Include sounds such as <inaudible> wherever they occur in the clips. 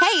Hey,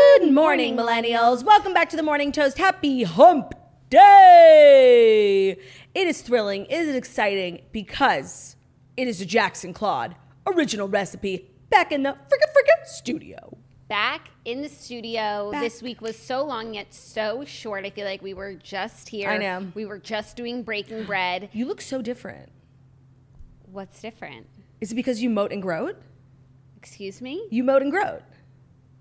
morning, millennials. Welcome back to the Morning Toast. Happy Hump Day. It is thrilling, it is exciting because it is a Jackson Claude original recipe back in the frickin' frickin' studio. back in the studio. This week was so long yet so short. I feel like we were just here. I know. We were just doing breaking bread. You look so different. What's different? Is it because you moat and growed? Excuse me? You moat and growed.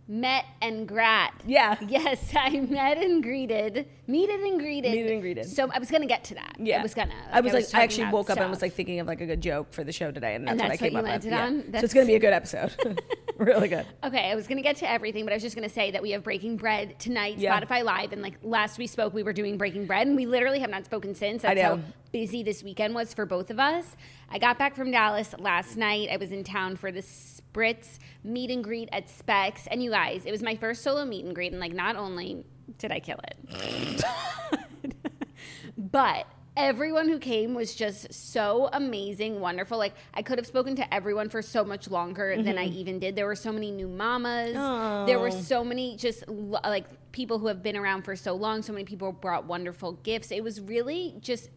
Met and grat. Yeah. Yes, <laughs> I met and greeted, meted and greeted. Meted and greeted. So I was gonna get to that. I was gonna. I was like, I, talking actually about woke up and was stuff. like thinking of like a good joke for the show today, and that's, And what I that's what came you up with. landed Yeah. on? So it's That's- gonna be a good episode. <laughs> really good. Okay, I was gonna get to everything, but I was just gonna say that we have Breaking Bread tonight, Yeah. Spotify Live, and like last we spoke, we were doing Breaking Bread, and we literally have not spoken since. I That's know. how busy this weekend was for both of us. I got back from Dallas last night. I was in town for the Spritz meet and greet at Specs, and you guys, it was my first solo meet and greet, and like not only did I kill it, but. Everyone who came was just so amazing, wonderful. Like I could have spoken to everyone for so much longer than I Mm-hmm. even did. There were so many new mamas. There were Oh. so many just lo- like people who have been around for so long. So many people brought wonderful gifts. It was really just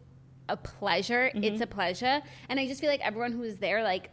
a pleasure. Mm-hmm. It's a pleasure, and I just feel like everyone who was there, like.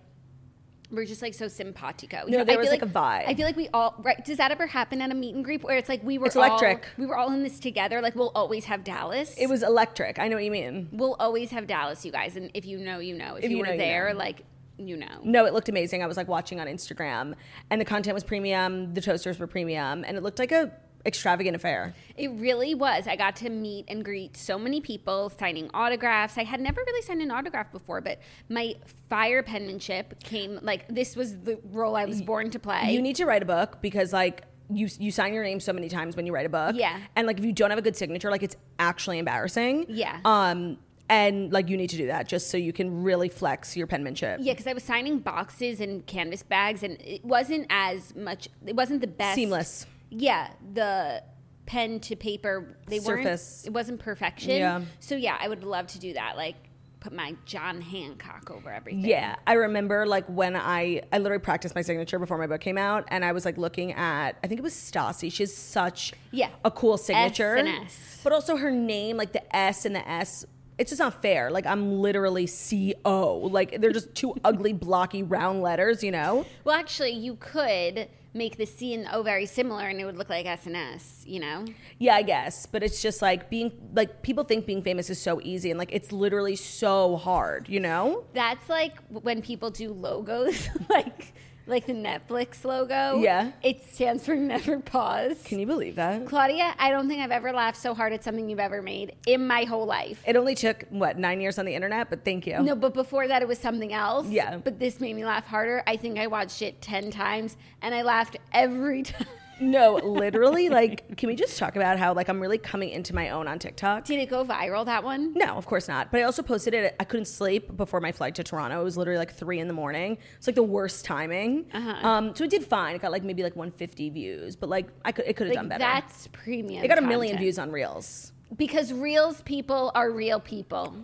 We're just like so simpatico. You No, there I was, feel like, a vibe. I feel like we all right. Does that ever happen at a meet and greet where it's like we were It's all- electric. we were all in this together. Like we'll always have Dallas. It was electric. I know what you mean. We'll always have Dallas, you guys. And if you know, you know. If, you, you were know, you there, know. like, you know. No, it looked amazing. I was like watching on Instagram, and the content was premium. The toasters were premium, and it looked like a extravagant affair. It really was. I got to meet and greet so many people, signing autographs. I had never really signed an autograph before, but my fire penmanship came like this was the role I was born to play. You need to write a book because like you you sign your name so many times when you write a book. Yeah. and like if you don't have a good signature, like it's actually embarrassing. Yeah. Um, and like you need to do that just so you can really flex your penmanship. Yeah, because I was signing boxes and canvas bags, and it wasn't as much. It wasn't the best. Seamless. Yeah, the pen to paper. They Surface. weren't. It wasn't perfection. Yeah. So yeah, I would love to do that. Like put my John Hancock over everything. Yeah, I remember like when I I literally practiced my signature before my book came out, and I was like looking at I think it was Stassi. She has such Yeah. a cool signature, S and S. but also her name like the S and the S. It's just not fair. Like I'm literally C O. Like they're just two ugly blocky round letters, you know. Well, actually, you could make the C and the O very similar, and it would look like S and S. You know. Yeah, I guess, but it's just like being like people think being famous is so easy, and like it's literally so hard, you know. That's like when people do logos, <laughs> like like the Netflix logo. Yeah. It stands for never pause. Can you believe that? Claudia, I don't think I've ever laughed so hard at something you've ever made in my whole life. It only took what nine years on the internet, but thank you. No, but before that, it was something else. Yeah. But this made me laugh harder. I think I watched it 10 times and I laughed every <laughs> time. No, literally, like, can we just talk about how like I'm really coming into my own on TikTok? Did it go viral, that one? No, of course not. But I also posted it. I couldn't sleep before my flight to Toronto. It was literally like three in the morning. It's like the worst timing. Uh-huh. Um, so it did fine. It got like maybe like 150 views, but like I could it could have done Like, better. that's premium. it got a million content. views on Reels. Because Reels people are real people.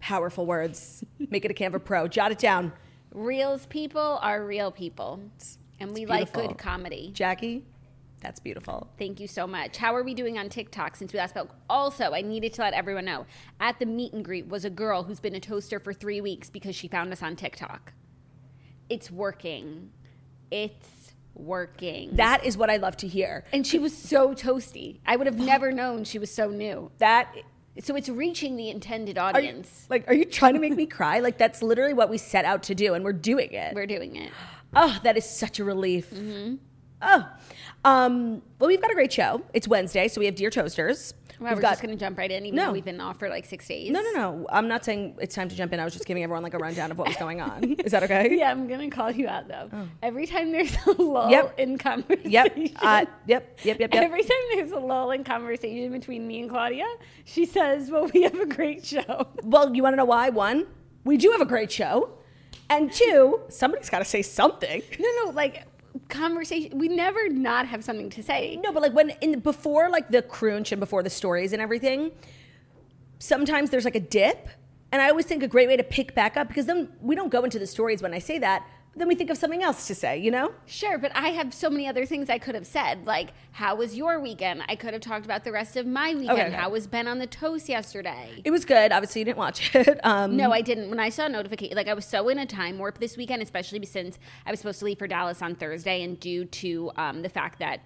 Powerful words. Make it a Canva Pro. Jot it down, Reels people are real people. And we like beautiful. good comedy. Jackie. That's beautiful. Thank you so much. How are we doing on TikTok since we last spoke? Also, I needed to let everyone know at the meet and greet was a girl who's been a toaster for three weeks because she found us on TikTok. It's working. It's working. That is what I love to hear. and she was so toasty. I would have never known she was so new. That So it's reaching the intended are you, audience. like, are you trying to make me cry? Like that's literally what we set out to do, and we're doing it. We're <gasps> doing it. Oh, that is such a relief. Mm-hmm. Oh, um, well, we've got a great show. It's Wednesday, so we have Dear Toasters. Wow, we've we're got just going to jump right in, even No. though we've been off for like six days. no, no, no. I'm not saying it's time to jump in. I was just giving everyone like a rundown of what was <laughs> going on. Is that okay? <laughs> Yeah, I'm going to call you out though. Every time there's a <laughs> lull Oh. Yep. in conversation. Yep. <laughs> Uh, yep. Yep. Yep. Yep. Every time there's a lull in conversation between me and Claudia, she says, Well, we have a great <laughs> show. well, you want to know why? One, we do have a great show, and two, somebody's got to say something. No, no, like conversation. We never not have something to say. No, but like when in the, before like the crunch and before the stories and everything, sometimes there's like a dip, and I always think a great way to pick back up because then we don't go into the stories when I say that. But then we think of something else to say, you know? Sure, but I have so many other things I could have said. Like, how was your weekend? I could have talked about the rest of my weekend. Okay, okay. How was Ben on the toast yesterday? It was good. Obviously, you didn't watch it. <laughs> Um, No, I didn't. When I saw a notification, like I was so in a time warp this weekend, especially since I was supposed to leave for Dallas on Thursday, and due to um, the fact that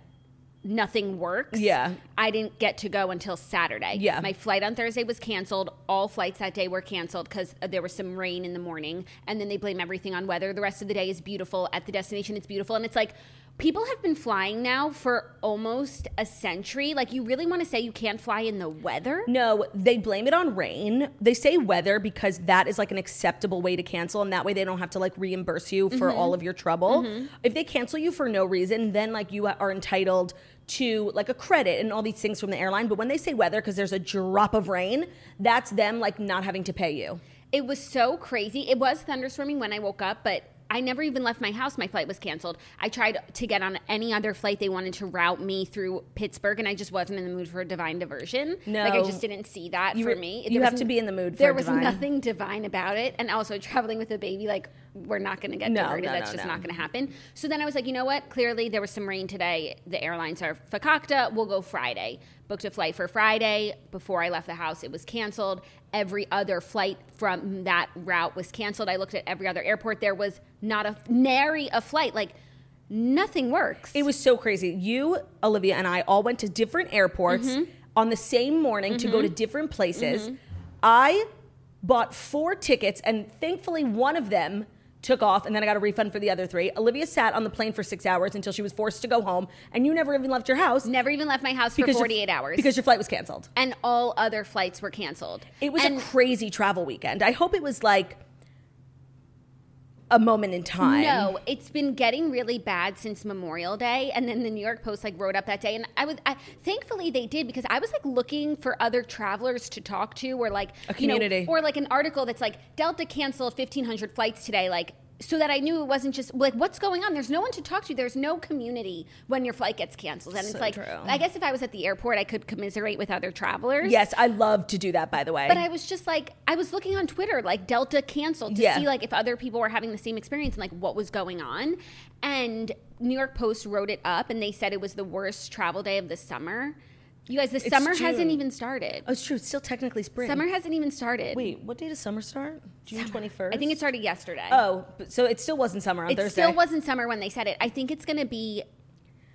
nothing works, Yeah. I didn't get to go until Saturday. Yeah. my flight on Thursday was canceled. All flights that day were canceled because there was some rain in the morning, and then they blame everything on weather. The rest of the day is beautiful at the destination. It's beautiful, and it's like. People have been flying now for almost a century. Like, you really want to say you can't fly in the weather? No, they blame it on rain. They say weather because that is like an acceptable way to cancel, and that way they don't have to like reimburse you for all of your trouble. If they cancel you for no reason, then like you are entitled to like a credit and all these things from the airline. But when they say weather because there's a drop of rain, that's them like not having to pay you. It was so crazy. It was thunderstorming when I woke up, but I never even left my house. My flight was canceled. I tried to get on any other flight. They wanted to route me through Pittsburgh, and I just wasn't in the mood for a divine diversion. No. Like, I just didn't see that You for were- me. you have to be in the mood for There a was divine. nothing divine about it. And also, traveling with a baby, like, we're not going to get No, diverted. no, That's no, just no. not going to happen. So then I was like, you know what? Clearly, there was some rain today. The airlines are fakakta. We'll go Friday. Booked a flight for Friday. Before I left the house, it was canceled. Every other flight from that route was canceled. I looked at every other airport. There was not a nary a flight. Like nothing works. It was so crazy. You, Olivia, and I all went to different airports Mm-hmm. on the same morning to go to different places. I bought four tickets, and thankfully, one of them took off, and then I got a refund for the other three. Olivia sat on the plane for six hours until she was forced to go home, and you never even left your house never even left my house for your- 48 hours. because your flight was canceled. and all other flights were canceled. It was and a crazy travel weekend. I hope it was like a moment in time. No, it's been getting really bad since Memorial Day, and then the New York Post like wrote up that day, and I was I, thankfully they did because I was like looking for other travelers to talk to, or like A you know, community. or like an article that's like Delta canceled fifteen hundred flights today, like. So that I knew it wasn't just like what's going on. There's no one to talk to. There's no community when your flight gets canceled, and So it's like true. I guess if I was at the airport, I could commiserate with other travelers. Yes, I love to do that, by the way. But I was just like, I was looking on Twitter, like Delta canceled to Yeah. see like if other people were having the same experience and like what was going on. And New York Post wrote it up and they said it was the worst travel day of the summer. You guys, the summer June. hasn't even started. oh, it's true. It's still technically spring. Summer hasn't even started. Wait, what day does summer start? June twenty first. I think it started yesterday. Oh, but- so it still wasn't summer on it Thursday. still wasn't summer when they said it. I think it's going to be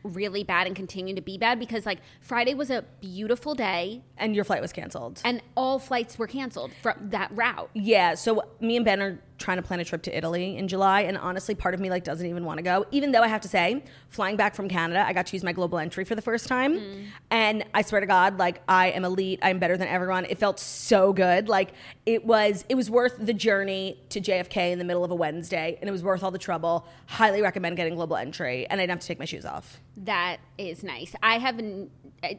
really bad and continue to be bad because like Friday was a beautiful day and your flight was canceled. and all flights were canceled from that route. yeah, so me and Ben are trying to plan a trip to Italy in July, and honestly, part of me like doesn't even want to go. Even though I have to say, flying back from Canada, I got to use my global entry for the first time, and I swear to God, like I am elite. I'm better than everyone. It felt so good. Like it was, it was worth the journey to JFK in the middle of a Wednesday, and it was worth all the trouble. Highly recommend getting global entry, and I didn't have to take my shoes off. That is nice. I have, n-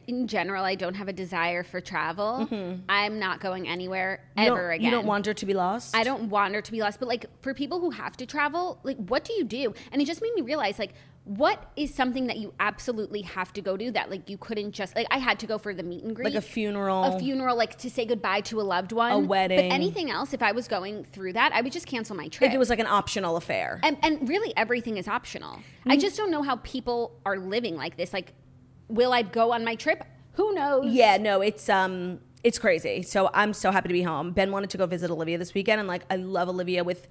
in general, I don't have a desire for travel. I'm not going anywhere Mm-hmm. You don't- ever again. You don't wander to be lost. I don't wander to be lost, but like for people who have to travel, like what do you do? And it just made me realize like what is something that you absolutely have to go do that like you couldn't just like I had to go for the meet and greet. a funeral. A funeral like to say goodbye to a loved one. wedding. But anything else if I was going through that, I would just cancel my trip. If it was like an optional affair. and, and really everything is optional. I Mm-hmm. just don't know how people are living like this. Like, will I go on my trip? Who knows? Yeah, no, it's um it's crazy. So I'm so happy to be home. Ben wanted to go visit Olivia this weekend and like I love Olivia with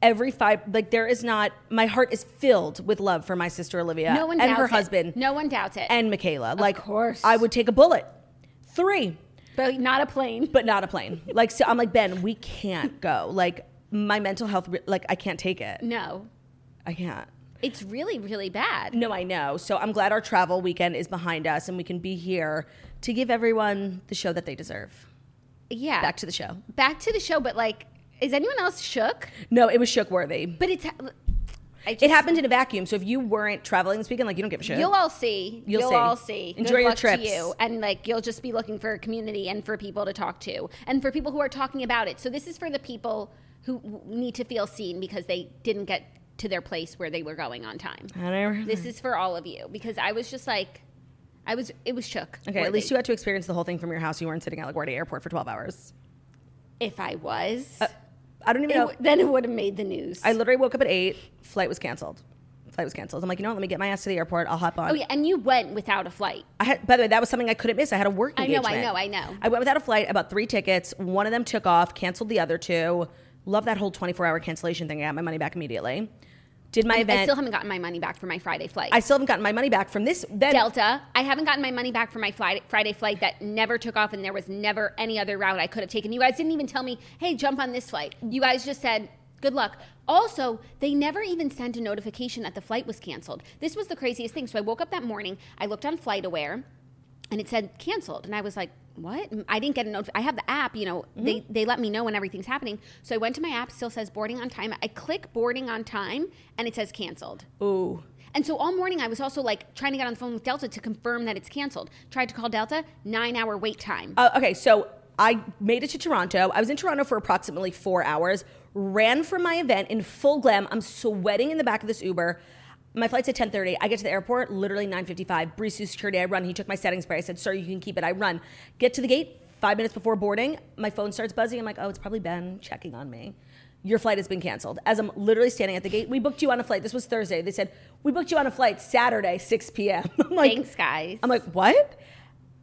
every five like there is not my heart is filled with love for my sister Olivia No one and doubts her it. husband No one doubts it. and Michaela. Like course. I would take a bullet. Three, but not a plane. but not a plane. like so I'm like Ben, we can't go. Like my mental health re- like I can't take it. No, I can't. it's really really bad. No, I know. So I'm glad our travel weekend is behind us and we can be here to give everyone the show that they deserve. Yeah. Back to the show. back to the show, but like, is anyone else shook? No, it was shook worthy. But it's. I just, It happened in a vacuum. So if you weren't traveling this weekend, like you don't give a shit. You'll all see. You'll You'll, see. all see. Enjoy your luck to trips. you. And like you'll just be looking for a community and for people to talk to and for people who are talking about it. So this is for the people who w- need to feel seen because they didn't get to their place where they were going on time. And I- This is for all of you because I was just like, I was. It was shook. Okay, at worthy. least you had to experience the whole thing from your house. You weren't sitting at LaGuardia Airport for 12 hours. If I was, I don't it even know. w- then it would have made the news. Uh, I literally woke up at 8, flight was canceled. Flight was canceled. I'm like, you know what? Let me get my ass to the airport. I'll hop on. oh yeah, and you went without a flight. I had, by the way, that was something I couldn't miss. I had a work I know, I engagement. know, I know. I went without a flight. I bought three tickets. One of them took off, canceled the other two. Love that whole 24 hour cancellation thing. I got my money back immediately. Did my event. I still haven't gotten my money back for my Friday flight. I still haven't gotten my money back from this. Then Delta. I haven't gotten my money back for my fly- Friday flight that never took off, and there was never any other route I could have taken. You guys didn't even tell me, hey, jump on this flight. You guys just said, good luck. Also, they never even sent a notification that the flight was canceled. This was the craziest thing. So I woke up that morning, I looked on FlightAware, and it said canceled. And I was like, what? I didn't get a notification. I have the app, you know, they, they let me know when everything's happening. So I went to my app, still says boarding on time. I click boarding on time, and it says canceled. Ooh. And so all morning I was also like trying to get on the phone with Delta to confirm that it's canceled. Tried to call Delta, nine hour wait time. Uh, okay, so I made it to Toronto. I was in Toronto for approximately four hours, ran from my event in full glam. I'm sweating in the back of this Uber. My flight's at 10.30. I get to the airport, literally 9.55. Breeze through security, I run. He took my settings back. I said, sir, you can keep it. I run. Get to the gate, five minutes before boarding, my phone starts buzzing. I'm like, oh, it's probably Ben checking on me. Your flight has been canceled. As I'm literally standing at the gate, we booked you on a flight. This was Thursday. They said, we booked you on a flight Saturday, 6 p.m. <laughs> I'm like, Thanks, guys. I'm like, what?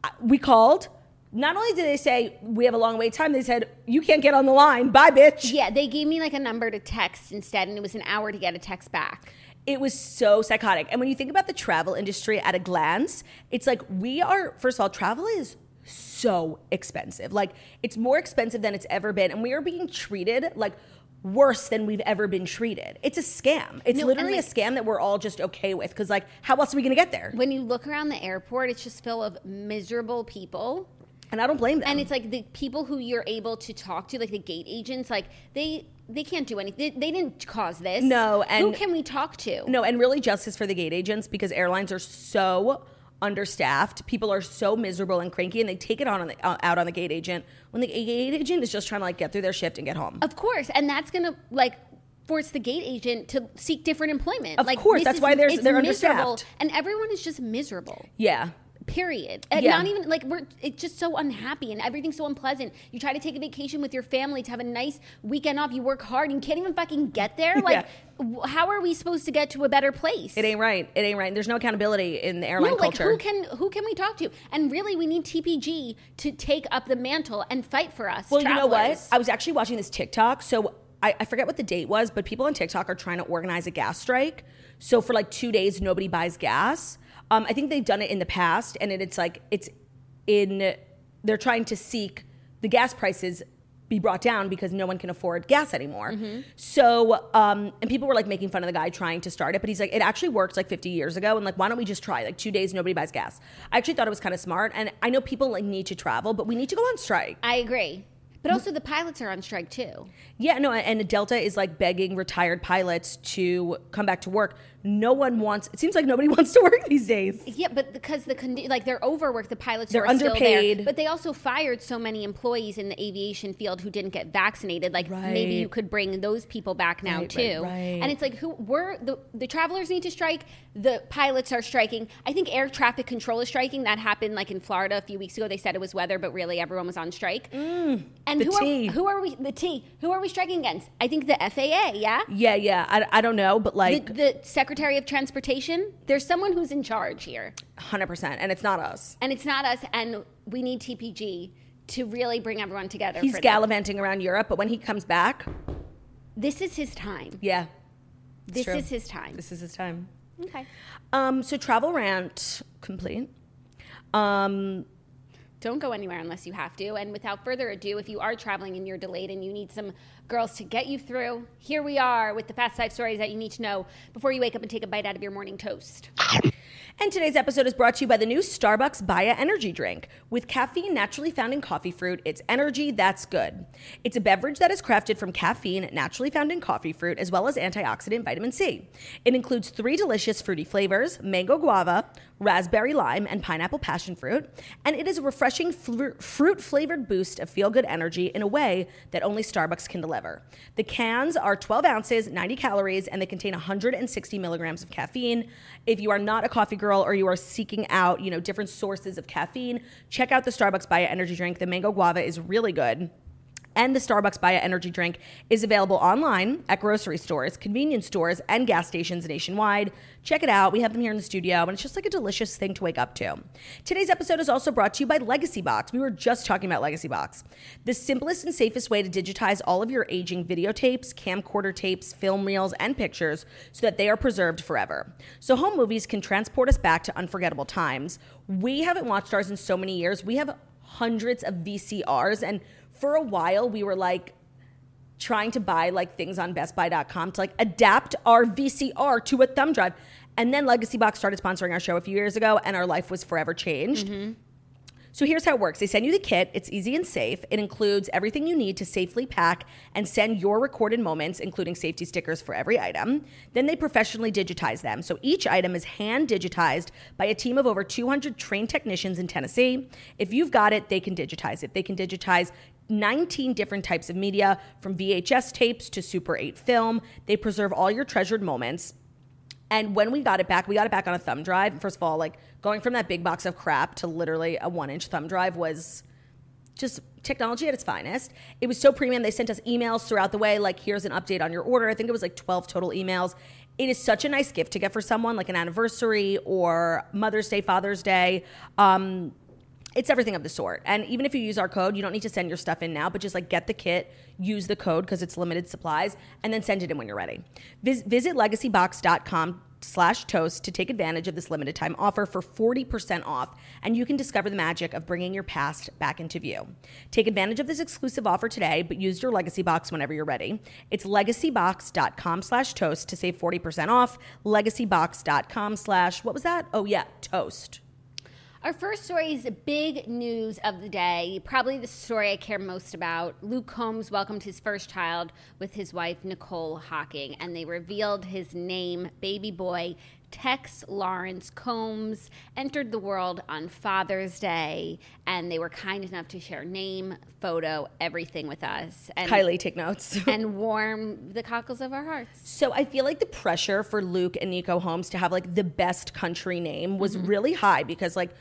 I- We called. Not only did they say we have a long wait time, they said you can't get on the line. Bye, bitch. yeah, they gave me like a number to text instead, and it was an hour to get a text back. It was so psychotic. And when you think about the travel industry at a glance, it's like we are. First of all, travel is so expensive. Like it's more expensive than it's ever been, and we are being treated like worse than we've ever been treated. It's a scam. It's No, and, literally a like- scam that we're all just okay with because like how else are we gonna get there? When you look around the airport, it's just full of miserable people. And I don't blame them. And it's like the people who you're able to talk to, like the gate agents, like they they can't do anything. They, they didn't cause this. No, who and- can we talk to? No, and really justice for the gate agents because airlines are so understaffed. People are so miserable and cranky, and they take it on, on the, uh, out on the gate agent when the gate agent is just trying to like get through their shift and get home. Of course, and that's gonna like force the gate agent to seek different employment. Of like, course, this that's why there's- it's they're miserable, understaffed. and everyone is just miserable. yeah, Period. And Yeah. Not even like we're. It's just so unhappy, and everything's so unpleasant. You try to take a vacation with your family to have a nice weekend off. You work hard, and you can't even fucking get there. Like, w how are we supposed to get to a better place? it ain't right. It ain't right. There's no accountability in the airline no, like culture. who can who can we talk to? And really, we need TPG to take up the mantle and fight for us. well, you know what? travelers. I was actually watching this TikTok, so. I, I forget what the date was, but people on TikTok are trying to organize a gas strike. So for like two days, nobody buys gas. Um, I think they've done it in the past, and it, it's like it's in they're trying to seek the gas prices be brought down because no one can afford gas anymore. So, um, and people were like making fun of the guy trying to start it, but he's like, it actually worked like 50 years ago, and like, why don't we just try? Like, two days, nobody buys gas. I actually thought it was kind of smart, and I know people like need to travel, but we need to go on strike. I agree. But also, the pilots are on strike too. Yeah, no, and Delta is like begging retired pilots to come back to work. No one wants. It seems like nobody <laughs> wants to work these days. Yeah, but because the condi- like they're overworked, the pilots They're who are Still underpaid. there, but they also fired so many employees in the aviation field who didn't get vaccinated. Like maybe you Right. could bring those people back now Right, too. right, right. And it's like who were the the travelers need to strike. The pilots are striking. I think air traffic control is striking. That happened like in Florida a few weeks ago. They said it was weather, but really everyone was on strike. and Mm, the who T. are who are we the T? Who are we striking against? I think the FAA. Yeah. Yeah, yeah. I, I don't know, but The, like the Secretary of Transportation, there's someone who's in charge here. 100%. And it's not us. and it's not us and we need tpg to really bring everyone together He's for that. gallivanting around Europe, but when he comes back, this is his time. Yeah. This true. is his time. This is his time. Okay. Um, so travel rant complete. Um, Don't go anywhere unless you have to. And without further ado, if you are traveling and you're delayed and you need some girls to get you through, here we are with the fast five stories that you need to know before you wake up and take a bite out of your morning toast. and today's episode is brought to you by the new Starbucks Baya energy drink. With caffeine naturally found in coffee fruit, it's energy that's good. It's a beverage that is crafted from caffeine naturally found in coffee fruit as well as antioxidant vitamin C. It includes three delicious fruity flavors mango guava, raspberry lime, and pineapple passion fruit. And it is a refreshing fruit flavored boost of feel good energy in a way that only Starbucks can deliver. The cans are 12 ounces, 90 calories, and they contain 160 milligrams of caffeine. If you are not a coffee girl or you are seeking out, you know, different sources of caffeine, check out the Starbucks Bio Energy Drink. The mango guava is really good and the Starbucks Baya energy drink is available online at grocery stores, convenience stores, and gas stations nationwide. Check it out. We have them here in the studio, and it's just like a delicious thing to wake up to. Today's episode is also brought to you by Legacy Box. We were just talking about Legacy Box. The simplest and safest way to digitize all of your aging videotapes, camcorder tapes, film reels, and pictures so that they are preserved forever. So home movies can transport us back to unforgettable times. We haven't watched ours in so many years. We have hundreds of VCRs and for a while we were like trying to buy like things on bestbuy.com to like adapt our VCR to a thumb drive. And then Legacy Box started sponsoring our show a few years ago and our life was forever changed. So here's how it works. They send you the kit. It's easy and safe. It includes everything you need to safely pack and send your recorded moments, including safety stickers for every item. Then they professionally digitize them. So each item is hand digitized by a team of over 200 trained technicians in Tennessee. If you've got it, they can digitize it. They can digitize 19 different types of media from VHS tapes to Super 8 film. They preserve all your treasured moments. And when we got it back, we got it back on a thumb drive. First of all, like going from that big box of crap to literally a one inch thumb drive was just technology at its finest. It was so premium. They sent us emails throughout the way, like, here's an update on your order. I think it was like 12 total emails. It is such a nice gift to get for someone, like an anniversary or Mother's Day, Father's Day. Um, it's everything of the sort. And even if you use our code, you don't need to send your stuff in now, but just like get the kit, use the code because it's limited supplies, and then send it in when you're ready. Vis- visit legacybox.com slash toast to take advantage of this limited time offer for 40% off and you can discover the magic of bringing your past back into view take advantage of this exclusive offer today but use your legacy box whenever you're ready it's legacybox.com slash toast to save 40% off legacybox.com slash what was that oh yeah toast Our first story is big news of the day, probably the story I care most about. Luke Combs welcomed his first child with his wife, Nicole Hocking, and they revealed his name, baby boy. Tex Lawrence Combs entered the world on Father's Day, and they were kind enough to share name, photo, everything with us. And, kylie take notes And warm the cockles of our hearts. So I feel like the pressure for Luke and Nico Holmes to have like the best country name was Mm-hmm. really high because like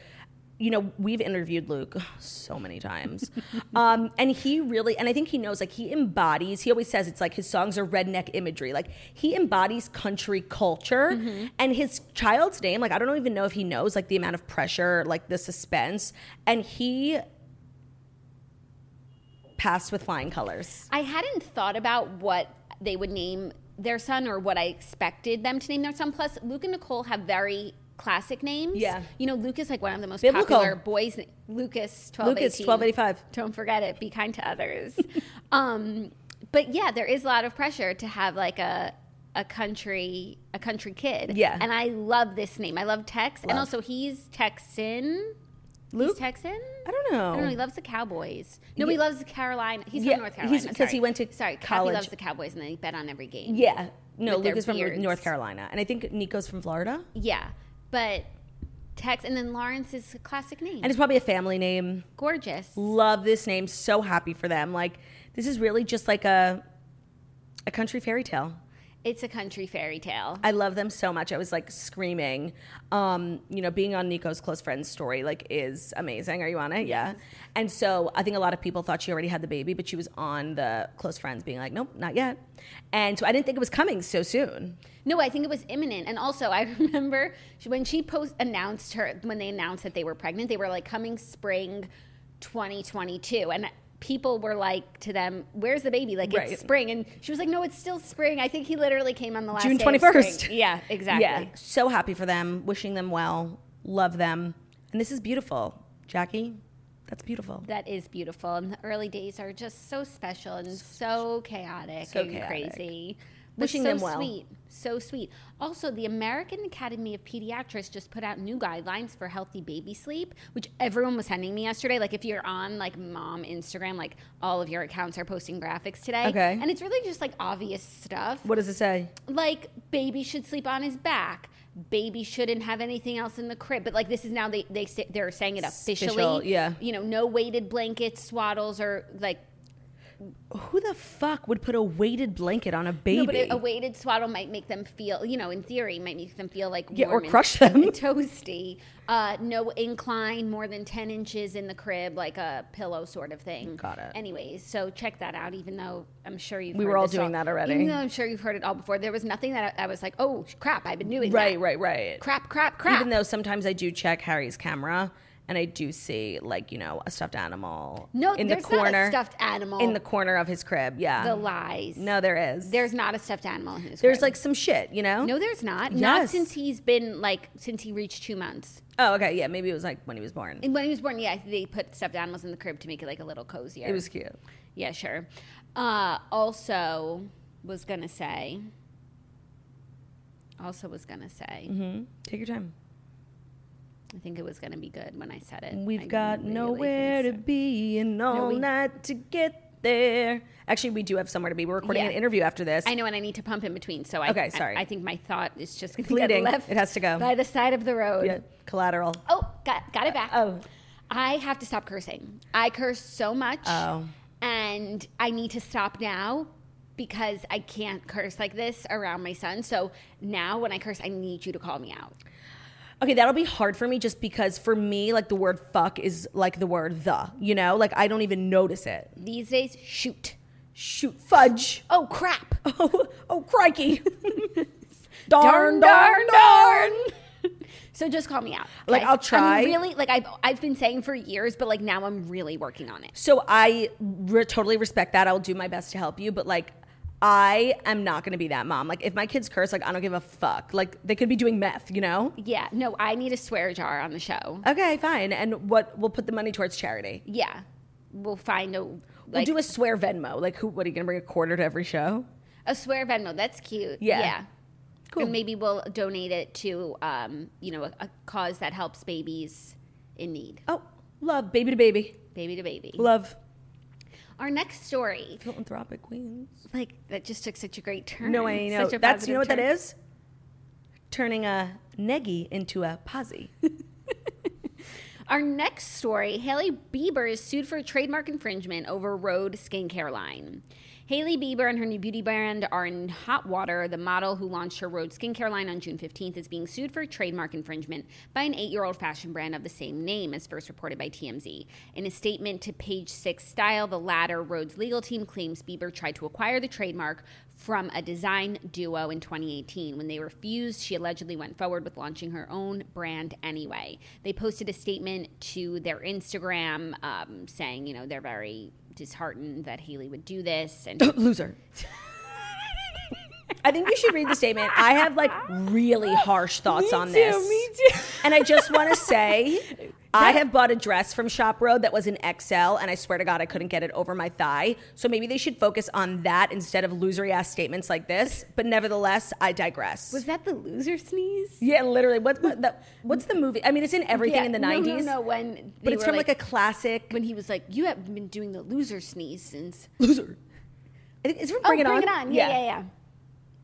you know we've interviewed Luke so many <laughs> times um and he really and I think he knows like he embodies he always says it's like his songs are redneck imagery like he embodies country culture Mm-hmm. and his child's name like I don't even know if he knows like the amount of pressure like the suspense and he passed with flying colors I hadn't thought about what they would name their son or what I expected them to name their son. Plus, Luke and Nicole have very classic names. Yeah. You know, Luke is like one of the most Biblical. popular boys. na- Lucas, 12, Lucas, 18. 1285. Don't forget it. Be kind to others. <laughs> um, but yeah, there is a lot of pressure to have like a a country a country kid. Yeah. And I love this name. I love Tex. And also he's Texan. Luke He's Texan? I don't know I don't know. He loves the Cowboys. No, he Oh. Yeah. loves Carolina. He's Yeah, from North he's- Carolina. 'cause sorry. he went to sorry. college. Kathy loves the Cowboys, and they bet on every game. Yeah. No, With their Luke is from beards. North Carolina. And I think Nico's from Florida. yeah. But Tex and then Lawrence is a classic name. And it's probably a family name. gorgeous. Love this name. So happy for them. Like this is really just like a a country fairy tale. It's a country fairy tale. I love them so much. I was like screaming. Um, you know, being on Nico's close friend's story like is amazing. Are you on it? Yeah. And so I think a lot of people thought she already had the baby, but she was on the close friends being like, Nope, not yet. And so I didn't think it was coming so soon. No, I think it was imminent. And also, I <laughs> remember she- when she post announced her when they announced that they were pregnant, they were like coming spring 2022, and people were like to them, "Where's the baby? Like Right. it's spring," and she was like, "No, it's still spring." I think he literally came on the last June day of spring. 21st. Yeah, exactly. Yeah. So happy for them. Wishing them well. Love them. And this is beautiful. Jackie, that's beautiful. That is beautiful, and the early days are just so special and so chaotic So and chaotic. crazy. But Wishing so them well. Sweet, so sweet. Also, the American Academy of Pediatrics just put out new guidelines for healthy baby sleep, which everyone was sending me yesterday. Like, if you're on like mom Instagram, like all of your accounts are posting graphics today. Okay. and it's really just like obvious stuff What does it say? like baby should sleep on his back baby shouldn't have anything else in the crib but like this is now they they say, they're saying it officially Official, yeah. you know no weighted blankets swaddles or like Who the fuck would put a weighted blanket on a baby? no, but a- a weighted swaddle might make them feel you know in theory might make them feel like Yeah, or warm and- crush them. and <laughs> toasty uh no incline more than 10 inches in the crib like a pillow sort of thing Got it. anyways so check that out even though i'm sure you've We heard were all this doing that already. even though i'm sure you've heard it all before there was nothing that i, I was like oh crap i've been doing that. right, right, right. crap crap crap Even though sometimes I do check Harry's camera and I do see like you know a stuffed animal. No, in there's the not a corner, stuffed animal. in the corner of his crib. Yeah, the lies. no, there is. there's not a stuffed animal in his. there's crib. like some shit, you know. no, there's not. Yes. Not since he's been like since he reached two months. Oh, okay, yeah, maybe it was like when he was born. And when he was born, yeah, they put stuffed animals in the crib to make it like a little cozier. It was cute. yeah, sure. Uh, also, was gonna say. Also, was gonna say. Mm-hmm. Take your time. I think it was gonna be good when I said it. We've I got really nowhere think to so. be and all we- night to get there. Actually, we do have somewhere to be. We're recording Yeah. an interview after this. I know, and I need to pump in between. So I Okay, I- sorry. I, think my thought is just It's gonna get leading. <laughs> left It has to go. by the side of the road. Yeah, collateral. Oh, got got it back. Oh. I have to stop cursing. I curse so much. Oh. And I need to stop now because I can't curse like this around my son. So now when I curse, I need you to call me out. Okay, that'll be hard for me just because for me, like the word fuck is like the word the, you know? Like I don't even notice it. These days, shoot. Shoot, fudge. Oh crap. <laughs> Oh, oh <laughs> crikey. Darn, darn, darn. <laughs> So just call me out. Like, okay? I'll try. I'm really like I've I've been saying for years, but like now I'm really working on it. So I re- totally respect that. I'll do my best to help you, but like, I am not gonna be that mom. Like, if my kids curse, like, I don't give a fuck. Like, they could be doing meth, you know? Yeah. No, I need a swear jar on the show. Okay, fine. And what? We'll put the money towards charity. Yeah. We'll find a like we'll do a swear Venmo. Like, who? What are you gonna bring a quarter to every show? A swear Venmo. That's cute. Yeah. Cool. And maybe we'll donate it to, um, you know, a, a cause that helps babies in need. Oh, love, baby to baby, Baby to baby. love, Our next story, philanthropic queens. like, that just took such a great turn. No, I know. Such a That's you know what positive that turn. is. Turning a neggy into a posse. Our next story Haley Bieber is sued for trademark infringement over Rode skincare line. Haley Bieber and her new beauty brand are in hot water. The model who launched her Rode skincare line on June 15th is being sued for trademark infringement by an eight year old fashion brand of the same name, as first reported by TMZ. In a statement to Page Six Style, the latter, Rhodes' legal team claims Bieber tried to acquire the trademark from a design duo in 2018. When they refused, she allegedly went forward with launching her own brand anyway. They posted a statement to their Instagram um, saying, you know, they're very disheartened that Haley would do this. <coughs> And Loser. <laughs> I think you should read the statement. I have like really harsh thoughts on this. Me too. And I just want to say, <laughs> I have bought a dress from Shop Road that was an XL, and I swear to God, I couldn't get it over my thigh. So maybe they should focus on that instead of losery ass statements like this. But nevertheless, I digress. was that the loser sneeze? yeah, literally. What, what the, what's the movie? I mean, it's in everything Yeah, in the no, no, '90s. no, when they but it's were from like, like- a classic. When he was like, you have been doing the loser sneeze since. loser. Is it from Oh, Bring It On? Yeah, yeah, yeah,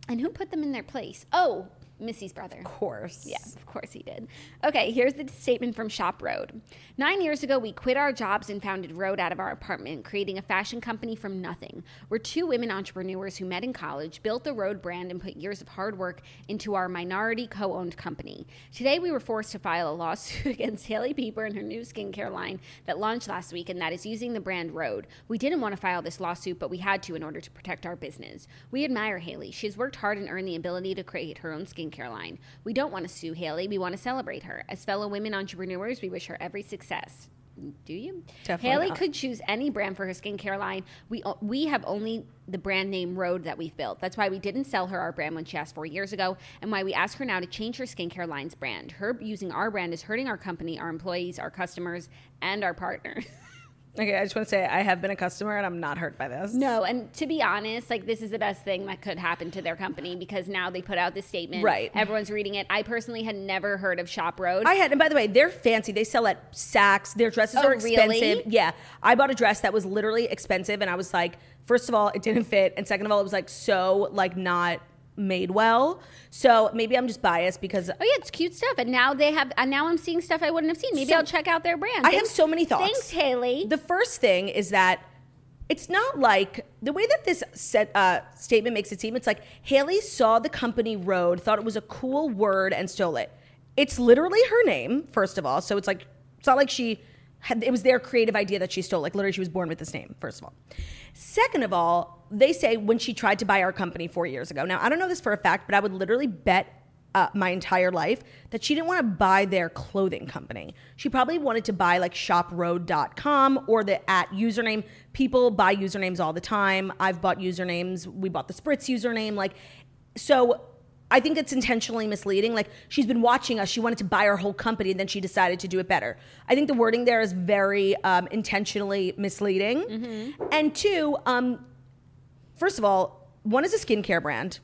And who put them in their place? Oh, Missy's brother. Of course. Yeah, of course he did. Okay, here's the statement from Shop Road. Nine years ago, we quit our jobs and founded Road out of our apartment, creating a fashion company from nothing. We're two women entrepreneurs who met in college, built the Road brand, and put years of hard work into our minority co owned company. Today, we were forced to file a lawsuit <laughs> against Haley Bieber and her new skincare line that launched last week, and that is using the brand Road. We didn't want to file this lawsuit, but we had to in order to protect our business. We admire Haley. She's worked hard and earned the ability to create her own skincare line. We don't want to sue Haley. We want to celebrate her. As fellow women entrepreneurs, we wish her every success. do you? Definitely Haley not. could choose any brand for her skincare line. We o- we have only the brand name Road that we've built. That's why we didn't sell her our brand when she asked four years ago, and why we asked her now to change her skincare line's brand. Her using our brand is hurting our company, our employees, our customers, and our partners. <laughs> Okay, I just want to say I have been a customer and I'm not hurt by this. No, and to be honest, like this is the best thing that could happen to their company because now they put out this statement. Right. Everyone's reading it. I personally had never heard of Shop Road. I had, and by the way, they're fancy. They sell at Saks. Their dresses Oh, are expensive. really? Yeah, I bought a dress that was literally expensive, and I was like, first of all, it didn't fit, and second of all, it was like so like not made well. So maybe I'm just biased because oh yeah, it's cute stuff. And now they have and now I'm seeing stuff I wouldn't have seen. Maybe So- I'll check out their brand. I have so many thoughts. Thanks, Haley. The first thing is that it's not like the way that this set, uh, statement makes it seem. It's like Haley saw the company road, thought it was a cool word, and stole it. It's literally her name, first of all. So it's like it's not like she had. It was their creative idea that she stole. Like literally, she was born with this name. First of all. Second of all, they say when she tried to buy our company four years ago. Now I don't know this for a fact, but I would literally bet uh, my entire life that she didn't want to buy their clothing company. She probably wanted to buy like shoproad.com or the at username. People buy usernames all the time. I've bought usernames. We bought the Spritz username. Like, so I think it's intentionally misleading. Like, she's been watching us. She wanted to buy our whole company and then she decided to do it better. I think the wording there is very um, intentionally misleading. And two, um, first of all, one is a skincare brand,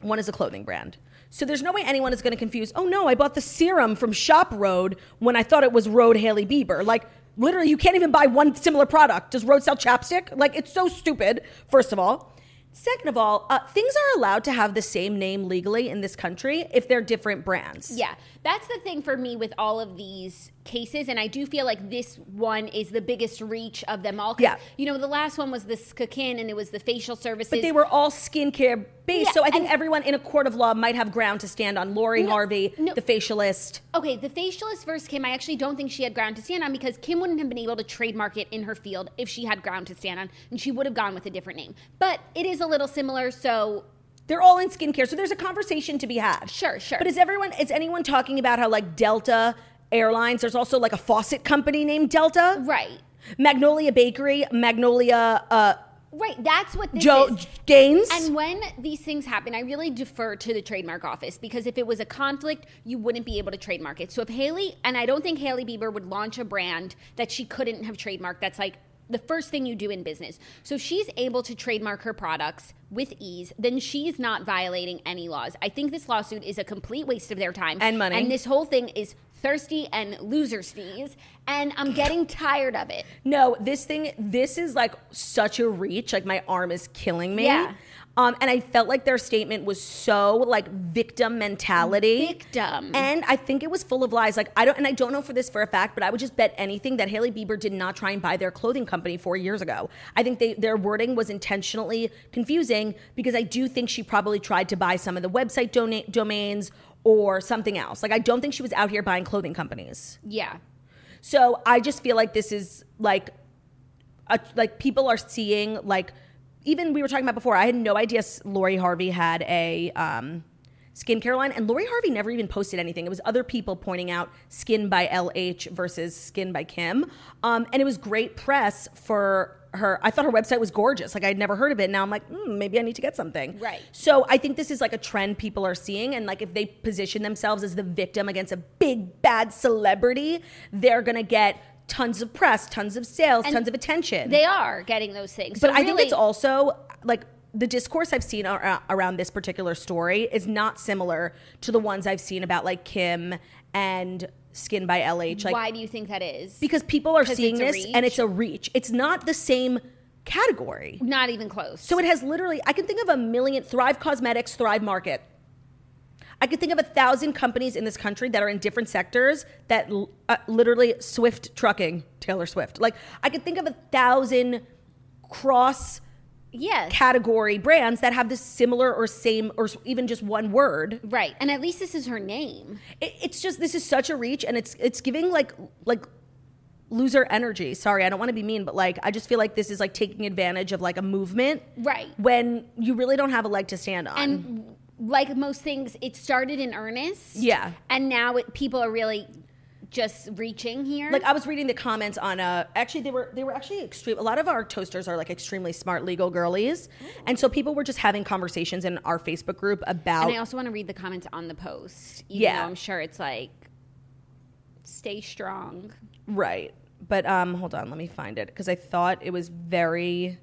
one is a clothing brand. So there's no way anyone is going to confuse, oh no, I bought the serum from Shop Road when I thought it was Road Haley Bieber. Like, literally, you can't even buy one similar product. Does Road sell chapstick? Like, it's so stupid, first of all. Second of all, uh, things are allowed to have the same name legally in this country if they're different brands. Yeah, that's the thing for me with all of these cases, and I do feel like this one is the biggest reach of them all. 'cause, Yeah. you know the last one was the Skakin, and it was the facial services. But they were all skincare based. Yeah, so I think and- everyone in a court of law might have ground to stand on Lori No, Harvey, no. the facialist. Okay, the facialist versus Kim, I actually don't think she had ground to stand on because Kim wouldn't have been able to trademark it in her field if she had ground to stand on, and she would have gone with a different name. But it is a little similar, so They're all in skincare, so there's a conversation to be had. Sure, sure. But is everyone is anyone talking about how like Delta Airlines? There's also like a faucet company named Delta, right, Magnolia Bakery, Magnolia uh, right. That's what this Joe is. Gaines. And when these things happen, I really defer to the trademark office because if it was a conflict, you wouldn't be able to trademark it. So if Haley, and I don't think Haley Bieber would launch a brand that she couldn't have trademarked, that's like the first thing you do in business. So if she's able to trademark her products with ease, then she's not violating any laws. I think this lawsuit is a complete waste of their time And money. And this whole thing is thirsty and loser sneeze. And I'm getting tired of it. No, this thing, this is like such a reach. Like my arm is killing me. Yeah. Um, and I felt like their statement was so like victim mentality. Victim. And I think it was full of lies. Like I don't, and I don't know for this for a fact, but I would just bet anything that Haley Bieber did not try and buy their clothing company four years ago. I think they, their wording was intentionally confusing because I do think she probably tried to buy some of the website dona- domains or something else. Like I don't think she was out here buying clothing companies. Yeah. So I just feel like this is like, a, like people are seeing like, even we were talking about before. I had no idea s- Lori Harvey had a um, skincare line, and Lori Harvey never even posted anything. It was other people pointing out Skin by LH versus Skin by Kim, um, and it was great press for her. I thought her website was gorgeous. Like I'd never heard of it. Now I'm like, mm, maybe I need to get something. Right. So I think this is like a trend people are seeing, and like if they position themselves as the victim against a big bad celebrity, they're gonna get tons of press, tons of sales, tons of attention. They are getting those things. but So I think really- it's also like the discourse I've seen ar- uh, around this particular story is not similar to the ones I've seen about like Kim and Skin by LH. Like why do you think that is? because people are 'Cause seeing it's a this and reach? it's a reach. It's not the same category. Not even close. So it has literally, I can think of a million Thrive Cosmetics, Thrive Market. I could think of a thousand companies in this country that are in different sectors that l- uh, literally Swift trucking, Taylor Swift. Like I could think of a thousand cross yes. category brands that have this similar or same or s- even just one word. right. And at least this is her name. It, it's just this is such a reach and it's it's giving like like loser energy. Sorry, I don't want to be mean, but like I just feel like this is like taking advantage of like a movement Right. when you really don't have a leg to stand on. And like most things, it started in earnest. Yeah. And now it, people are really just reaching here. Like I was reading the comments on uh actually they were they were actually extreme a lot of our toasters are like extremely smart legal girlies. Oh. And so people were just having conversations in our Facebook group about and I also want to read the comments on the post. Even oh. Yeah. though I'm sure it's like stay strong. Right. But um, hold on, let me find it because I thought it was very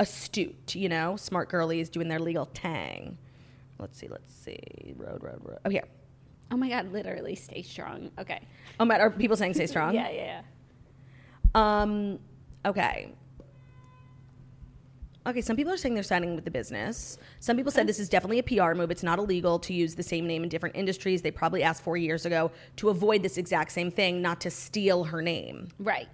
astute, you know, smart girlies doing their legal tang. Let's see, let's see. Road, road, road. Oh, here. Oh my god, literally stay strong. Okay. Oh, Matt, are people saying stay strong? Yeah, yeah, yeah. Um, okay. Okay, some people are saying they're signing with the business. Some people said this is definitely a PR move. It's not illegal to use the same name in different industries. They probably asked four years ago to avoid this exact same thing, not to steal her name. Right.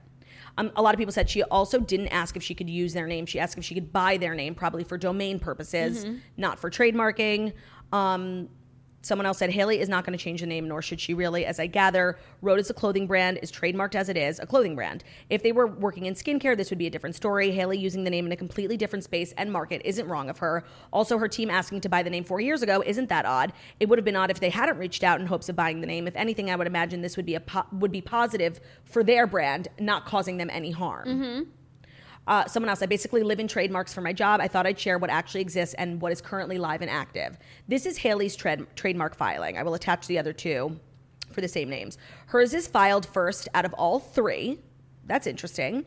Um, a lot of people said she also didn't ask if she could use their name. She asked if she could buy their name, probably for domain purposes, not for trademarking. Um, someone else said Haley is not going to change the name, nor should she really. As I gather, Rode is a clothing brand, is trademarked as it is, a clothing brand. If they were working in skincare, this would be a different story. Haley using the name in a completely different space and market isn't wrong of her. Also, her team asking to buy the name four years ago isn't that odd. It would have been odd if they hadn't reached out in hopes of buying the name. If anything, I would imagine this would be a po- would be positive for their brand, not causing them any harm. Uh, someone else, I basically live in trademarks for my job. I thought I'd share what actually exists and what is currently live and active. This is Haley's trad- trademark filing. I will attach the other two for the same names. Hers is filed first out of all three. That's interesting.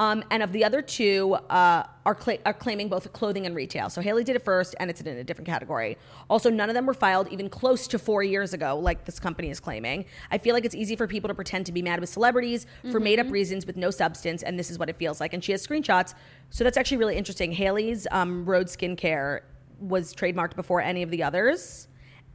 Um, and of the other two, uh, are, cla- are claiming both clothing and retail. So Haley did it first, and it's in a different category. Also, none of them were filed even close to four years ago, like this company is claiming. I feel like it's easy for people to pretend to be mad with celebrities for made up reasons with no substance, and this is what it feels like. And she has screenshots. So that's actually really interesting. Haley's um, Road Skincare was trademarked before any of the others,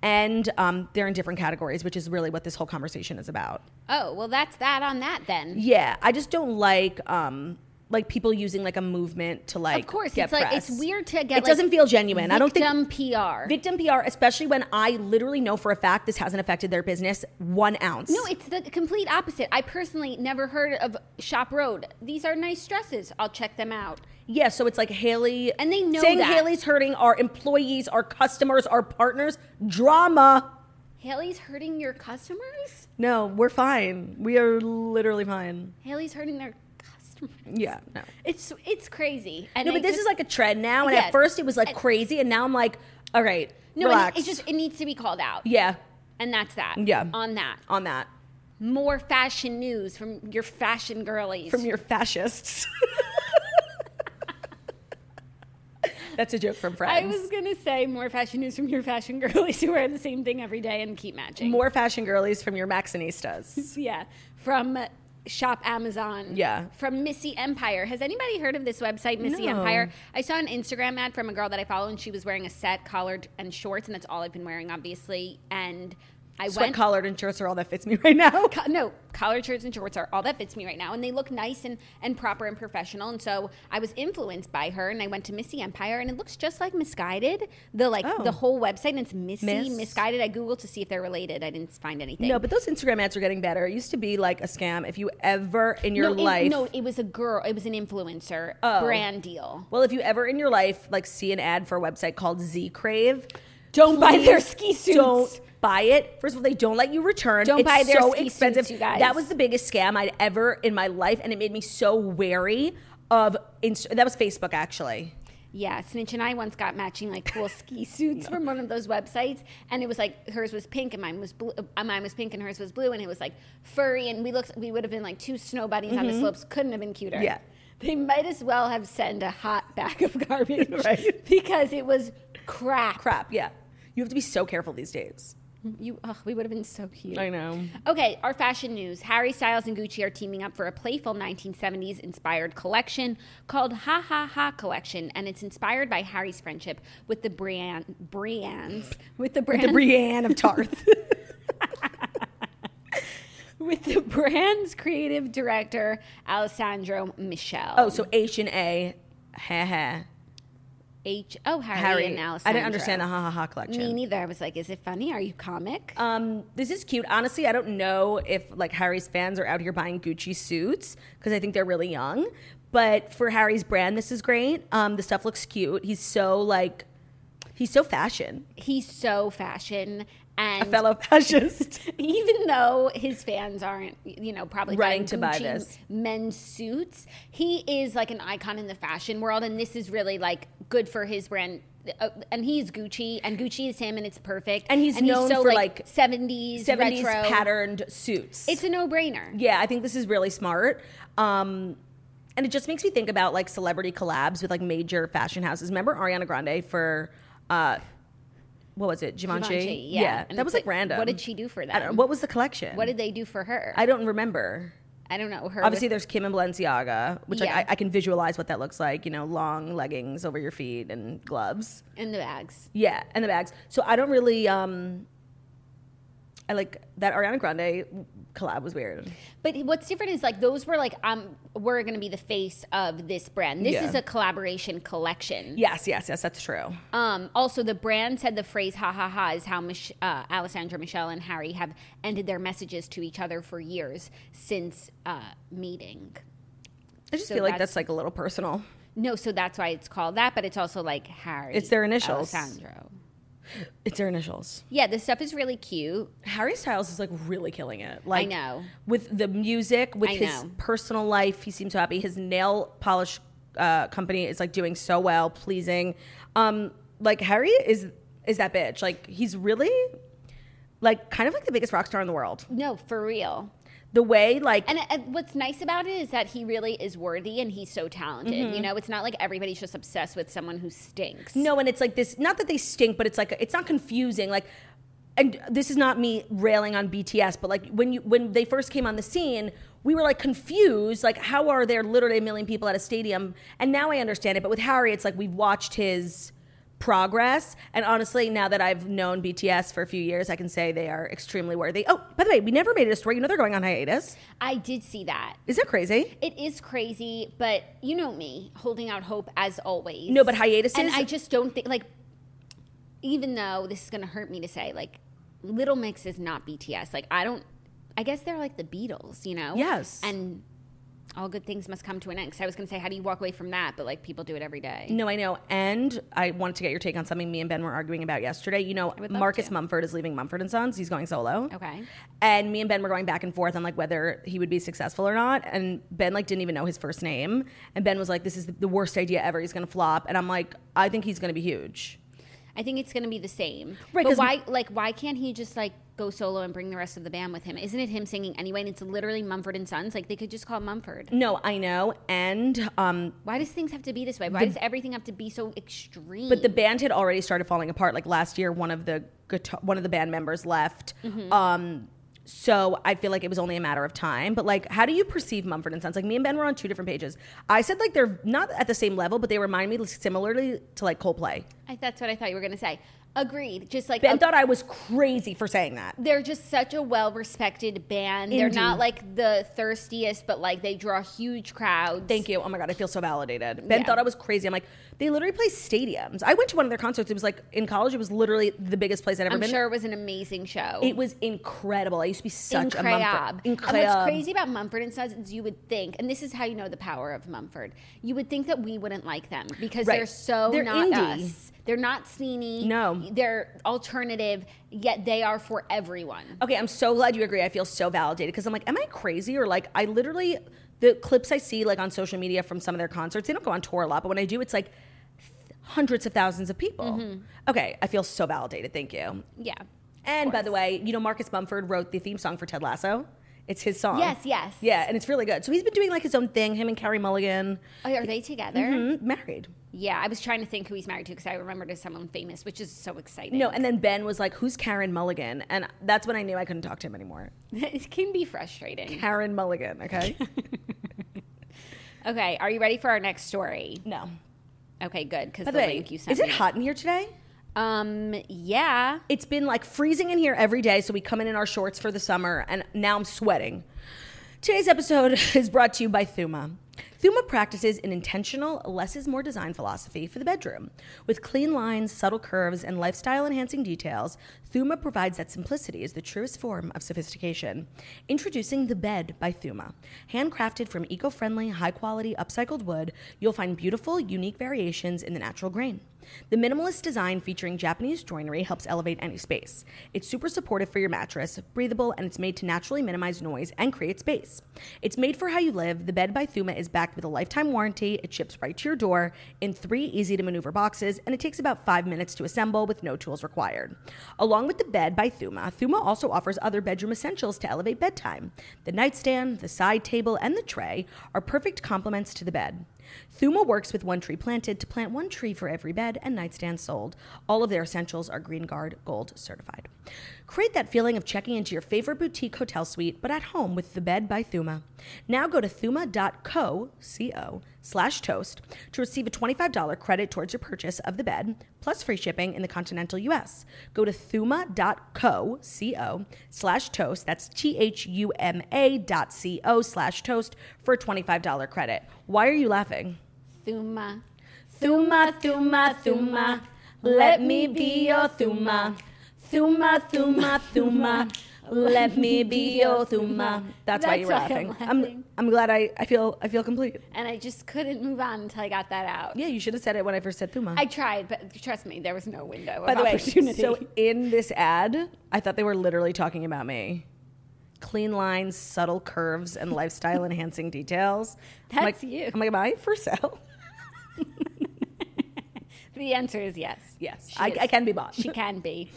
and um, they're in different categories, which is really what this whole conversation is about. Oh, well that's that on that then. Yeah, I just don't like. Um, like people using like a movement to like Of course, get it's like it's press. weird to get it like, doesn't feel genuine i don't think victim PR. victim pr especially when i literally know for a fact this hasn't affected their business one ounce No, it's the complete opposite. I personally never heard of Shop Road. These are nice dresses. I'll check them out. yeah so it's like haley And they know saying that. haley's hurting our employees our customers our partners drama Haley's hurting your customers? no we're fine we are literally fine Haley's hurting their customers. yeah no It's it's crazy. And no I but this just- is like a trend now and Yeah. at first it was like And- crazy and now i'm like all right No, relax. it, it just it needs to be called out. yeah And that's that. Yeah. On that. on that More fashion news from your fashion girlies. from your fascists <laughs> that's a joke from friends I was gonna say more fashion news from your fashion <laughs> girlies who wear the same thing every day and keep matching. more fashion girlies from your Maxinistas. Yeah, from Shop Amazon. Yeah. From Missy Empire. Has anybody heard of this website, Missy No. Empire? I saw an Instagram ad from a girl that I follow, and she was wearing a set, collared, and shorts, and that's all I've been wearing, obviously. And I Sweat went. collared and shirts are all that fits me <laughs> right now. co- no, collared shirts and shorts are all that fits me right now, and they look nice and, and proper and professional. And so I was influenced by her, and I went to Missy Empire, and it looks just like Misguided, the like Oh. the whole website, and it's Missy Miss. Misguided. I googled to see if they're related. I didn't find anything. No, but those Instagram ads are getting better. It used to be like a scam. If you ever in your no, life, Oh. It, no, it was a girl. It was an influencer brand deal. well, if you ever in your life like see an ad for a website called Z Crave, Don't buy their ski suits. Don't buy it. First of all, they don't let you return. Don't It's buy their so ski suits, expensive. you guys. That was the biggest scam I'd ever in my life, and it made me so wary of. Inst- that was Facebook actually. Yeah, Snitch and I once got matching like cool <laughs> ski suits from one of those websites, and it was like hers was pink and mine was blue. Uh, mine was pink and hers was blue, and it was like furry, and we looked. We would have been like two snow bunnies on the slopes. Couldn't have been cuter. Mm-hmm. Yeah. They might as well have sent a hot bag <laughs> of garbage Right. because it was crap. Crap. Yeah, you have to be so careful these days. You, ugh, we would have been so cute. know. Okay, our fashion news. Harry Styles and Gucci are teaming up for a playful 1970s inspired collection called Ha Ha Ha Collection, and it's inspired by Harry's friendship with the Brian Brians with the brand The Brienne of Tarth. <laughs> with the brand's creative director Alessandro Michel. Oh, so H and A. Ha ha. H oh Harry, Harry. and Alessandro. I didn't understand the ha ha ha collection. Me neither. I was like, is it funny? Are you comic? Um, this is cute. Honestly, I don't know if like Harry's fans are out here buying Gucci suits because I think they're really young. But for Harry's brand, this is great. Um, the stuff looks cute. He's so like, he's so fashion. he's so fashion and a fellow <laughs> <laughs> fascist. even though his fans aren't, you know, probably Right buying to buy Gucci this. men's suits, he is like an icon in the fashion world, and this is really like good for his brand. Uh, and he's Gucci, and Gucci is him, and it's perfect. And he's known so, for, like, seventies 70s retro patterned suits. It's a no brainer. yeah, I think this is really smart. Um, and it just makes me think about like celebrity collabs with like major fashion houses. Remember Ariana Grande for uh, what was it, Givenchy? yeah, And that it's was like, random. What did she do for I don't that? know. What was the collection? What did they do for her? I don't remember. I don't know her. Obviously, with- there's Kim and Balenciaga, which like, Yeah. I, I can visualize what that looks like. You know, long leggings over your feet and gloves. in the bags. Yeah, and the bags. So I don't really. um I like that Ariana Grande collab was weird. But what's different is like those were like um we're gonna be the face of this brand. This Yeah. is a collaboration collection. Yes, yes, yes. That's true. Um, also, the brand said the phrase "ha ha ha" is how Mich- uh, Alessandra, Michelle, and Harry have ended their messages to each other for years since uh, meeting. I just So feel like that's- that's like a little personal. No, so that's why it's called that. But it's also like Harry. It's their initials. Alessandro. It's their initials. Yeah, this stuff is really cute. Harry Styles is like really killing it. Like know. with the music, with I his know. personal life, he seems so happy. His nail polish uh, company is like doing so well, pleasing. Um, like Harry is is that bitch. Like he's really like kind of like the biggest rock star in the world. No, for real. The way like And uh, what's nice about it is that he really is worthy and he's so talented. You know, it's not like everybody's just obsessed with someone who stinks. Mm-hmm. No, and it's like this. Not that they stink, but it's like it's not confusing. Like, and this is not me railing on BTS, but like when you when they first came on the scene, we were like confused. Like, how are there literally a million people at a stadium? And now I understand it. But with Harry, it's like we've watched his progress. And honestly, now that I've known BTS for a few years, I can say they are extremely worthy. Oh, by the way, we never made it a story. You know they're going on hiatus. I did see that. Is that crazy? It is crazy, but you know me, holding out hope as always. No, but hiatuses- And I just don't think like even though this is going to hurt me to say like Little Mix is not BTS. Like I don't I guess they're like the Beatles, you know? Yes. And all good things must come to an end. 'Cause I was going to say how do you walk away from that, but like people do it every day. No, I know. And I wanted to get your take on something me and Ben were arguing about yesterday. You know, would love Marcus to. Mumford is leaving Mumford and Sons. He's going solo. Okay. And me and Ben were going back and forth on like whether he would be successful or not. And Ben like didn't even know his first name. And Ben was like, "This is the worst idea ever. He's going to flop." And I'm like, "I think he's going to be huge." I think it's going to be the same. Right, But 'cause- why, like, why can't he just like go solo and bring the rest of the band with him? Isn't it him singing anyway? And it's literally Mumford and Sons. Like they could just call it Mumford. No, I know. And um, Why does things have to be this way? Why does everything have to be so extreme? but the band had already started falling apart. Like last year, one of the guitar- one of the band members left. Mm-hmm. Um, so I feel like it was only a matter of time. But like, how do you perceive Mumford and Sons? Like me and Ben were on two different pages. I said like they're not at the same level, but they remind me similarly to like Coldplay. I, that's what I thought you were going to say. Agreed. Just like Ben a- thought I was crazy for saying that. they're just such a well-respected band. They're Indie. not like the thirstiest, but like they draw huge crowds. Thank you. Oh my god, I feel so validated. Ben Yeah. thought I was crazy. I'm like, they literally play stadiums. I went to one of their concerts. It was like in college. It was literally the biggest place I'd ever I'm been. sure it was an amazing show. It was incredible. I used to be such a Incroyable. Mumford. And Incroyable. what's crazy about Mumford and Sons is you would think, and this is how you know the power of Mumford. You would think that we wouldn't like them because Right. they're so They're not indie. us. They're not sneeny. No. they're alternative. Yet they are for everyone. Okay, I'm so glad you agree. I feel so validated because I'm like, am I crazy or like I literally the clips I see like on social media from some of their concerts. They don't go on tour a lot, but when I do, it's like th- hundreds of thousands of people. Mm-hmm. Okay, I feel so validated. Thank you. Yeah. And by the way, you know Marcus Mumford wrote the theme song for Ted Lasso. It's his song. Yes, yes. Yeah, and it's really good. So he's been doing like his own thing. Him and Carrie Mulligan Oh, are they together? mm, married. Yeah, I was trying to think who he's married to because I remembered as someone famous, which is so exciting. No, and then Ben was like, "Who's Karen Mulligan?" And that's when I knew I couldn't talk to him anymore. <laughs> it can be frustrating. Karen Mulligan. <laughs> Okay. Okay, are you ready for our next story? no. Okay, good because By the, the way, link you sent is it me- hot in here today? Um, yeah. It's been like freezing in here every day, so we come in in our shorts for the summer, and now I'm sweating. Today's episode <laughs> is brought to you by Thuma. Thuma practices an intentional, less is more design philosophy for the bedroom. With clean lines, subtle curves, and lifestyle enhancing details, Thuma provides that simplicity is the truest form of sophistication. Introducing the bed by Thuma. Handcrafted from eco friendly, high quality, upcycled wood, you'll find beautiful, unique variations in the natural grain. The minimalist design featuring Japanese joinery helps elevate any space. It's super supportive for your mattress, breathable, and it's made to naturally minimize noise and create space. It's made for how you live. The bed by Thuma is backed with a lifetime warranty. It ships right to your door in three easy to maneuver boxes, and it takes about five minutes to assemble with no tools required. Along with the bed by Thuma, Thuma also offers other bedroom essentials to elevate bedtime. The nightstand, the side table, and the tray are perfect complements to the bed. Thuma works with One Tree Planted to plant one tree for every bed and nightstand sold. All of their essentials are Green Guard Gold certified. Create that feeling of checking into your favorite boutique hotel suite, but at home with the bed by Thuma. Now go to thuma.co co, slash toast to receive a $25 credit towards your purchase of the bed, plus free shipping in the continental U.S. Go to thuma.co co, slash toast. That's T H U M A dot co slash toast for a $25 credit. Why are you laughing? Thuma. Thuma, Thuma, Thuma, let me be your Thuma. Thuma, Thuma, Thuma, let me be your Thuma. That's, why That's you're why I'm laughing. laughing. I'm, I'm glad I, I feel I feel complete. And I just couldn't move on until I got that out. Yeah, you should have said it when I first said Thuma. I tried, but trust me, there was no window By <laughs> of the way, opportunity. so in this ad, I thought they were literally talking about me. Clean lines, subtle curves, and <laughs> lifestyle enhancing details. I'm That's like- you. I'm like, am I for sale? <laughs> the answer is yes. Yes, She I, is. I can be bought. <laughs> She can be.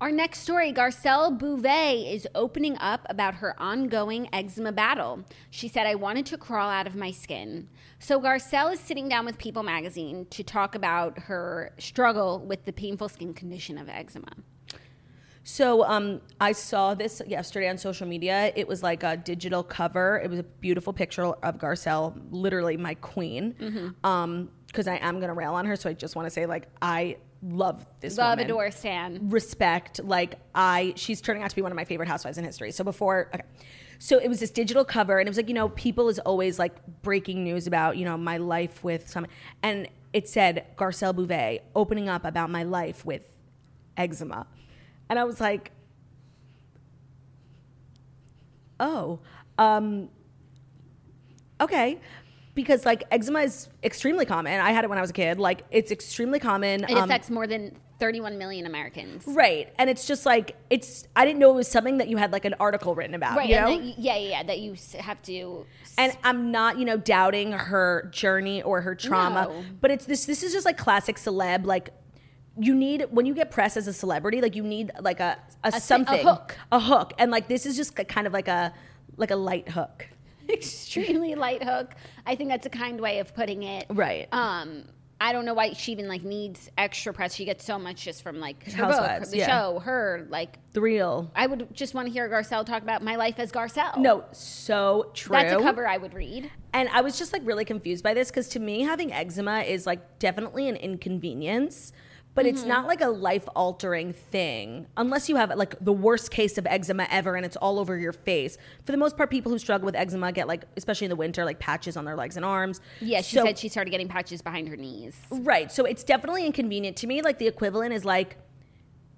Our next story Garcelle Bouvet is opening up about her ongoing eczema battle. She said, I wanted to crawl out of my skin. So, Garcelle is sitting down with People magazine to talk about her struggle with the painful skin condition of eczema. So um, I saw this yesterday on social media. It was like a digital cover. It was a beautiful picture of Garcelle, literally my queen. Um, because I am gonna rail on her, so I just want to say like I love this Love, woman. adore, Stan. respect. Like I, she's turning out to be one of my favorite housewives in history. So before, okay. So it was this digital cover, and it was like you know, people is always like breaking news about you know my life with some, and it said Garcelle Bouvet opening up about my life with eczema, and I was like, oh, um, okay. Because like eczema is extremely common. I had it when I was a kid. Like it's extremely common. It Um, affects more than 31 million Americans. Right. And it's just like it's I didn't know it was something that you had like an article written about, Right. you and know? that you- yeah, yeah, yeah, that you s- have to. s- and I'm not, you know, doubting her journey or her trauma, No. but it's this this is just like classic celeb like you need when you get press as a celebrity, like you need like a a, a something, hook. a hook. And like this is just k- kind of like a like a light <laughs> hook. <laughs> extremely light hook. I think that's a kind way of putting it. Right. Um, I don't know why she even like needs extra press. She gets so much just from like her book, Housewives, the yeah. show, her. Like, The real. I would just want to hear Garcelle talk about my life as Garcelle. No, so true. that's a cover I would read. And I was just like really confused by this because to me, having eczema is like definitely an inconvenience, but Mm-hmm. it's not like a life altering thing unless you have like the worst case of eczema ever and it's all over your face. For the most part, people who struggle with eczema get like, especially in the winter, like patches on their legs and arms. Yeah, she So- said she started getting patches behind her knees. Right. So it's definitely inconvenient to me. Like the equivalent is like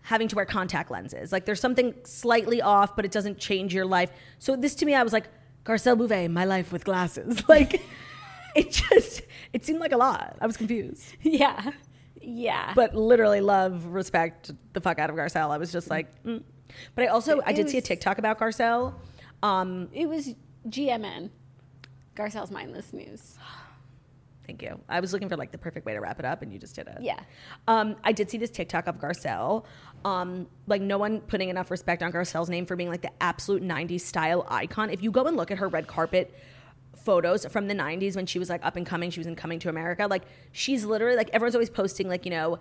having to wear contact lenses. Like there's something slightly off, but it doesn't change your life. So this to me, I was like, Garcelle Bouvet, my life with glasses. <laughs> Like it just, it seemed like a lot. I was confused. <laughs> Yeah. Yeah. But literally love, respect the fuck out of Garcelle. I was just like, mm. but I also, I did see a It was- TikTok about Garcelle. Um, it was GMN. Garcelle's mindless news. Thank you. I was looking for like the perfect way to wrap it up, and you just did it. Yeah. Um, I did see this TikTok of Garcelle. Um, like no one putting enough respect on Garcelle's name for being like the absolute '90s style icon. If you go and look at her red carpet photos from the '90s when she was like up and coming, she was in Coming to America. Like she's literally like everyone's always posting like you know.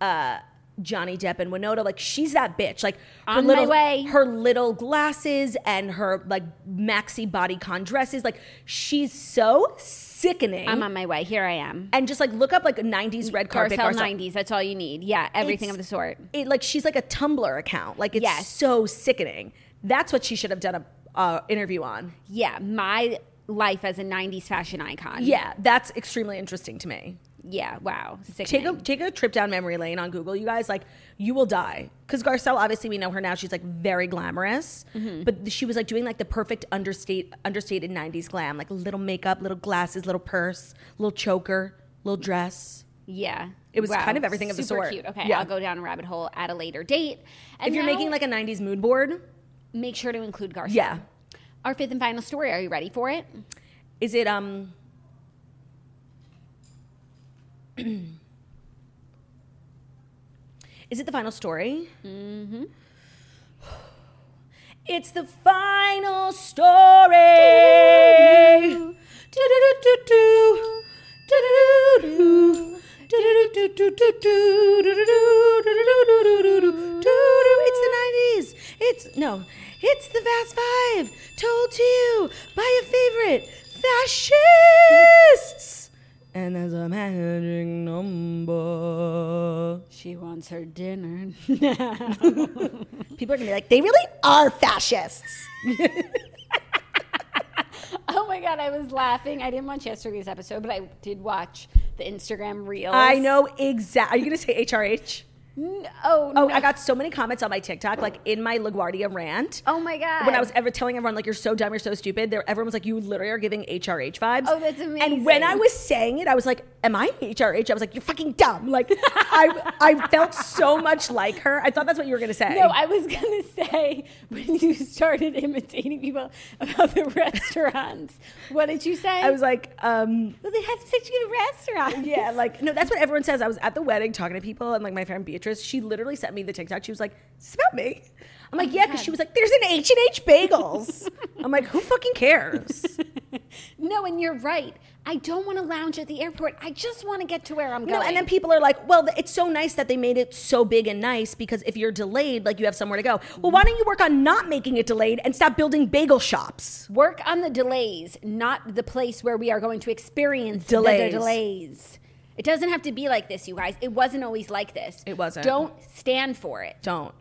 Uh, Johnny Depp and Winona, like she's that bitch. Like her On my little, way. her little glasses and her like maxi bodycon dresses. Like she's so sickening I'm on my way. Here I am. and just like look up like 90s red carpet Garcelle Garcelle. 90s. That's all you need. Yeah, everything It's- of the sort. It, like she's like a Tumblr account. Like it's Yes. so sickening. That's what she should have done a uh, interview on. Yeah, my life as a 90s fashion icon. Yeah, that's extremely interesting to me. Yeah, wow. Take a sickening. take a trip down memory lane on Google, you guys. Like you will die because Garcelle. Obviously, we know her now. She's like very glamorous, Mm-hmm. but she was like doing like the perfect understate understated '90s glam, like little makeup, little glasses, little purse, little choker, little dress. Yeah. It was kind of everything of the Super sort. Cute. Okay, Yeah. I'll go down a rabbit hole at a later date. And If you're now, making like a 90s mood board, make sure to include Garcia. yeah. Our fifth and final story. Are you ready for it? Is it um <clears throat> Is it the final story? Mm-hmm. It's the final story. Do-do-do-do-do. Do-do-do-do. Do-do-do-do-do-do. Do-do-do-do-do-do-do. Do-do. It's the 90s. It's no. It's the Fast Five. Told to you by your favorite fascists. And as a magic number. She wants her dinner. People are gonna be like, they really are fascists. <laughs> oh my god, I was laughing. I didn't watch yesterday's episode, but I did watch the Instagram reels. I know exactly. Are you gonna say HRH? N- Oh, Oh, no. I got so many comments on my TikTok, like in my LaGuardia rant. Oh my god. When I was ever telling everyone, like, you're so dumb, you're so stupid, there everyone was like, you literally are giving HRH vibes. Oh, that's And when amazing. I was saying it, I was like, am I HRH? I was like, you're fucking dumb. Like, I, I felt so much like her. I thought that's what you were going to say. No, I was <laughs> gonna say when you started imitating people about the restaurants. What did you say? I was like, um, <laughs> well, they have such good restaurants. Yeah, like no, that's what everyone says. I was at the wedding talking to people, and like my friend Beatrice, she literally sent me the TikTok. She was like, "Is this about me?" Oh I'm like, "Yeah," because she was like, "There's an H and H bagels." I'm like, "Who fucking cares?" No, and you're right. I don't want to lounge at the airport. I just want to get to where I'm going. no, and then people are like, "Well, th- it's so nice that they made it so big and nice because if you're delayed, like you have somewhere to go." Well, why don't you work on not making it delayed and stop building bagel shops? work on the delays, not the place where we are going to experience the- Delays. The, delays. It doesn't have to be like this, you guys. It wasn't always like this. It wasn't. Don't stand for it. Don't.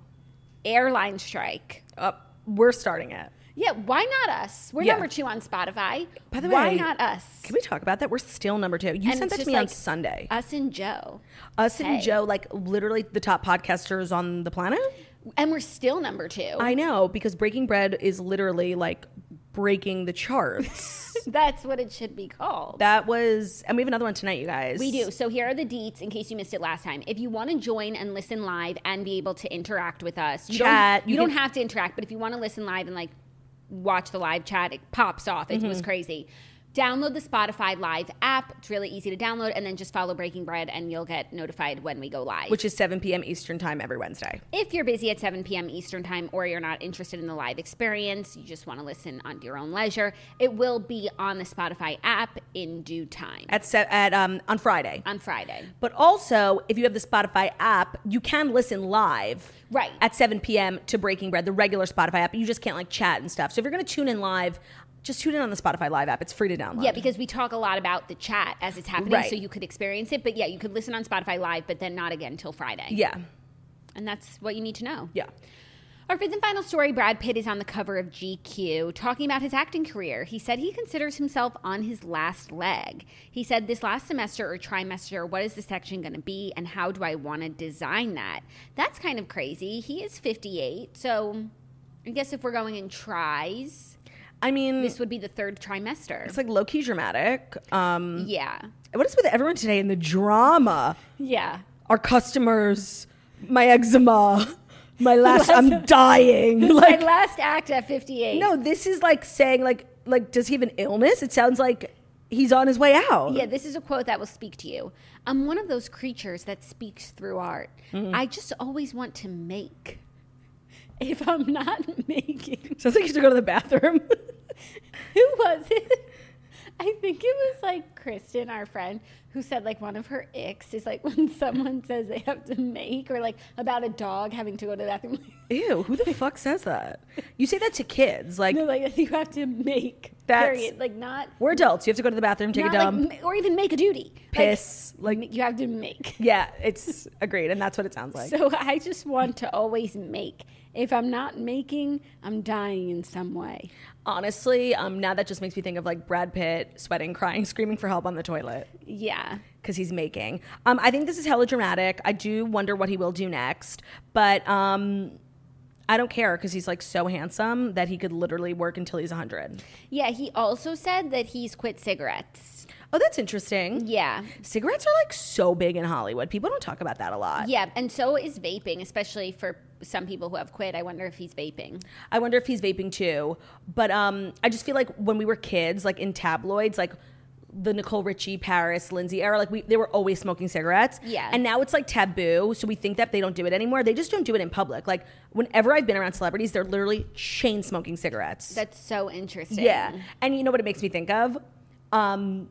Airline strike. Uh, we're starting it. Yeah, why not us? We're Yeah. number two on Spotify. By the why way, not us? Can we talk about that? We're still number two. You And sent it's that to just me on like Sunday. Us and Joe. Us and hey. Joe, like literally the top podcasters on the planet. And we're still number two. I know because Breaking Bread is literally like breaking the charts. That's what it should be <laughs> called. that was, and we have another one tonight, you guys. We do. So here are the deets in case you missed it last time. If you want to join and listen live and be able to interact with us, you Chat, Don't, you, you don't can- have to interact, but if you want to listen live and like watch the live chat, it pops off. It Mm-hmm. was crazy. Download the Spotify Live app. It's really easy to download, and then just follow Breaking Bread, and you'll get notified when we go live. which is 7 p.m. Eastern time every Wednesday. if you're busy at 7 p.m. Eastern time, or you're not interested in the live experience, you just want to listen on your own leisure, it will be on the Spotify app in due time At se- at um on Friday. on Friday. But also, if you have the Spotify app, you can listen live. Right. At 7 p.m. to Breaking Bread, the regular Spotify app. You just can't like chat and stuff. So if you're gonna tune in live, just tune in on the Spotify live app. It's free to download. Yeah, because we talk a lot about the chat as it's happening, Right. so you could experience it. But yeah, you could listen on Spotify Live, but then not again until Friday. yeah, And that's what you need to know. yeah. Our fifth and final story Brad Pitt is on the cover of GQ talking about his acting career. He said he considers himself on his last leg. He said, This last semester or trimester, what is the section going to be and how do I want to design that? That's kind of crazy. He is 58, so I guess if we're going in tries, I mean, this would be the third trimester. it's like low key dramatic. Um, yeah. what is with everyone today in the drama? Yeah. our customers, my eczema, <laughs> my last, I'm dying. Like, my last act at 58. no, this is like saying like, like, does he have an illness? It sounds like he's on his way out. Yeah, this is a quote that will speak to you. I'm one of those creatures that speaks through art. Mm-hmm. I just always want to make. <laughs> If I'm not <laughs> making. Sounds like you have to go to the bathroom. Who was it? I think it was like Kristen, our friend, who said like one of her icks is like <laughs> when someone says they have to make or like about a dog having to go to the bathroom. <laughs> <laughs> Ew, who the fuck says that? You say that to kids. Like, no, like you have to make. That's- period. Like not. we're adults. You have to go to the bathroom, take not a like dump, ma- or even make a duty. Like, piss. Like, you have to make. yeah, it's agreed. And that's what it sounds like. So <laughs> I just want to always make. If I'm not making, I'm dying in some way. Honestly, um, now that just makes me think of like Brad Pitt sweating, crying, <laughs> screaming for help on the toilet. Yeah. because he's making. Um, I think this is hella dramatic. I do wonder what he will do next, but um, I don't care because he's like so handsome that he could literally work until he's 100. Yeah, he also said that he's quit cigarettes. Oh, that's interesting. Yeah. Cigarettes are like so big in Hollywood. People don't talk about that a lot. Yeah. And so is vaping, especially for some people who have quit. I wonder if he's vaping. I wonder if he's vaping too. But um, I just feel like when we were kids, like in tabloids, like the Nicole Richie, Paris, Lindsay era, like we they were always smoking cigarettes. Yeah. And now it's like taboo. So we think that they don't do it anymore. They just don't do it in public. Like whenever I've been around celebrities, they're literally chain smoking cigarettes. That's so interesting. Yeah. And you know what it makes me think of? Um,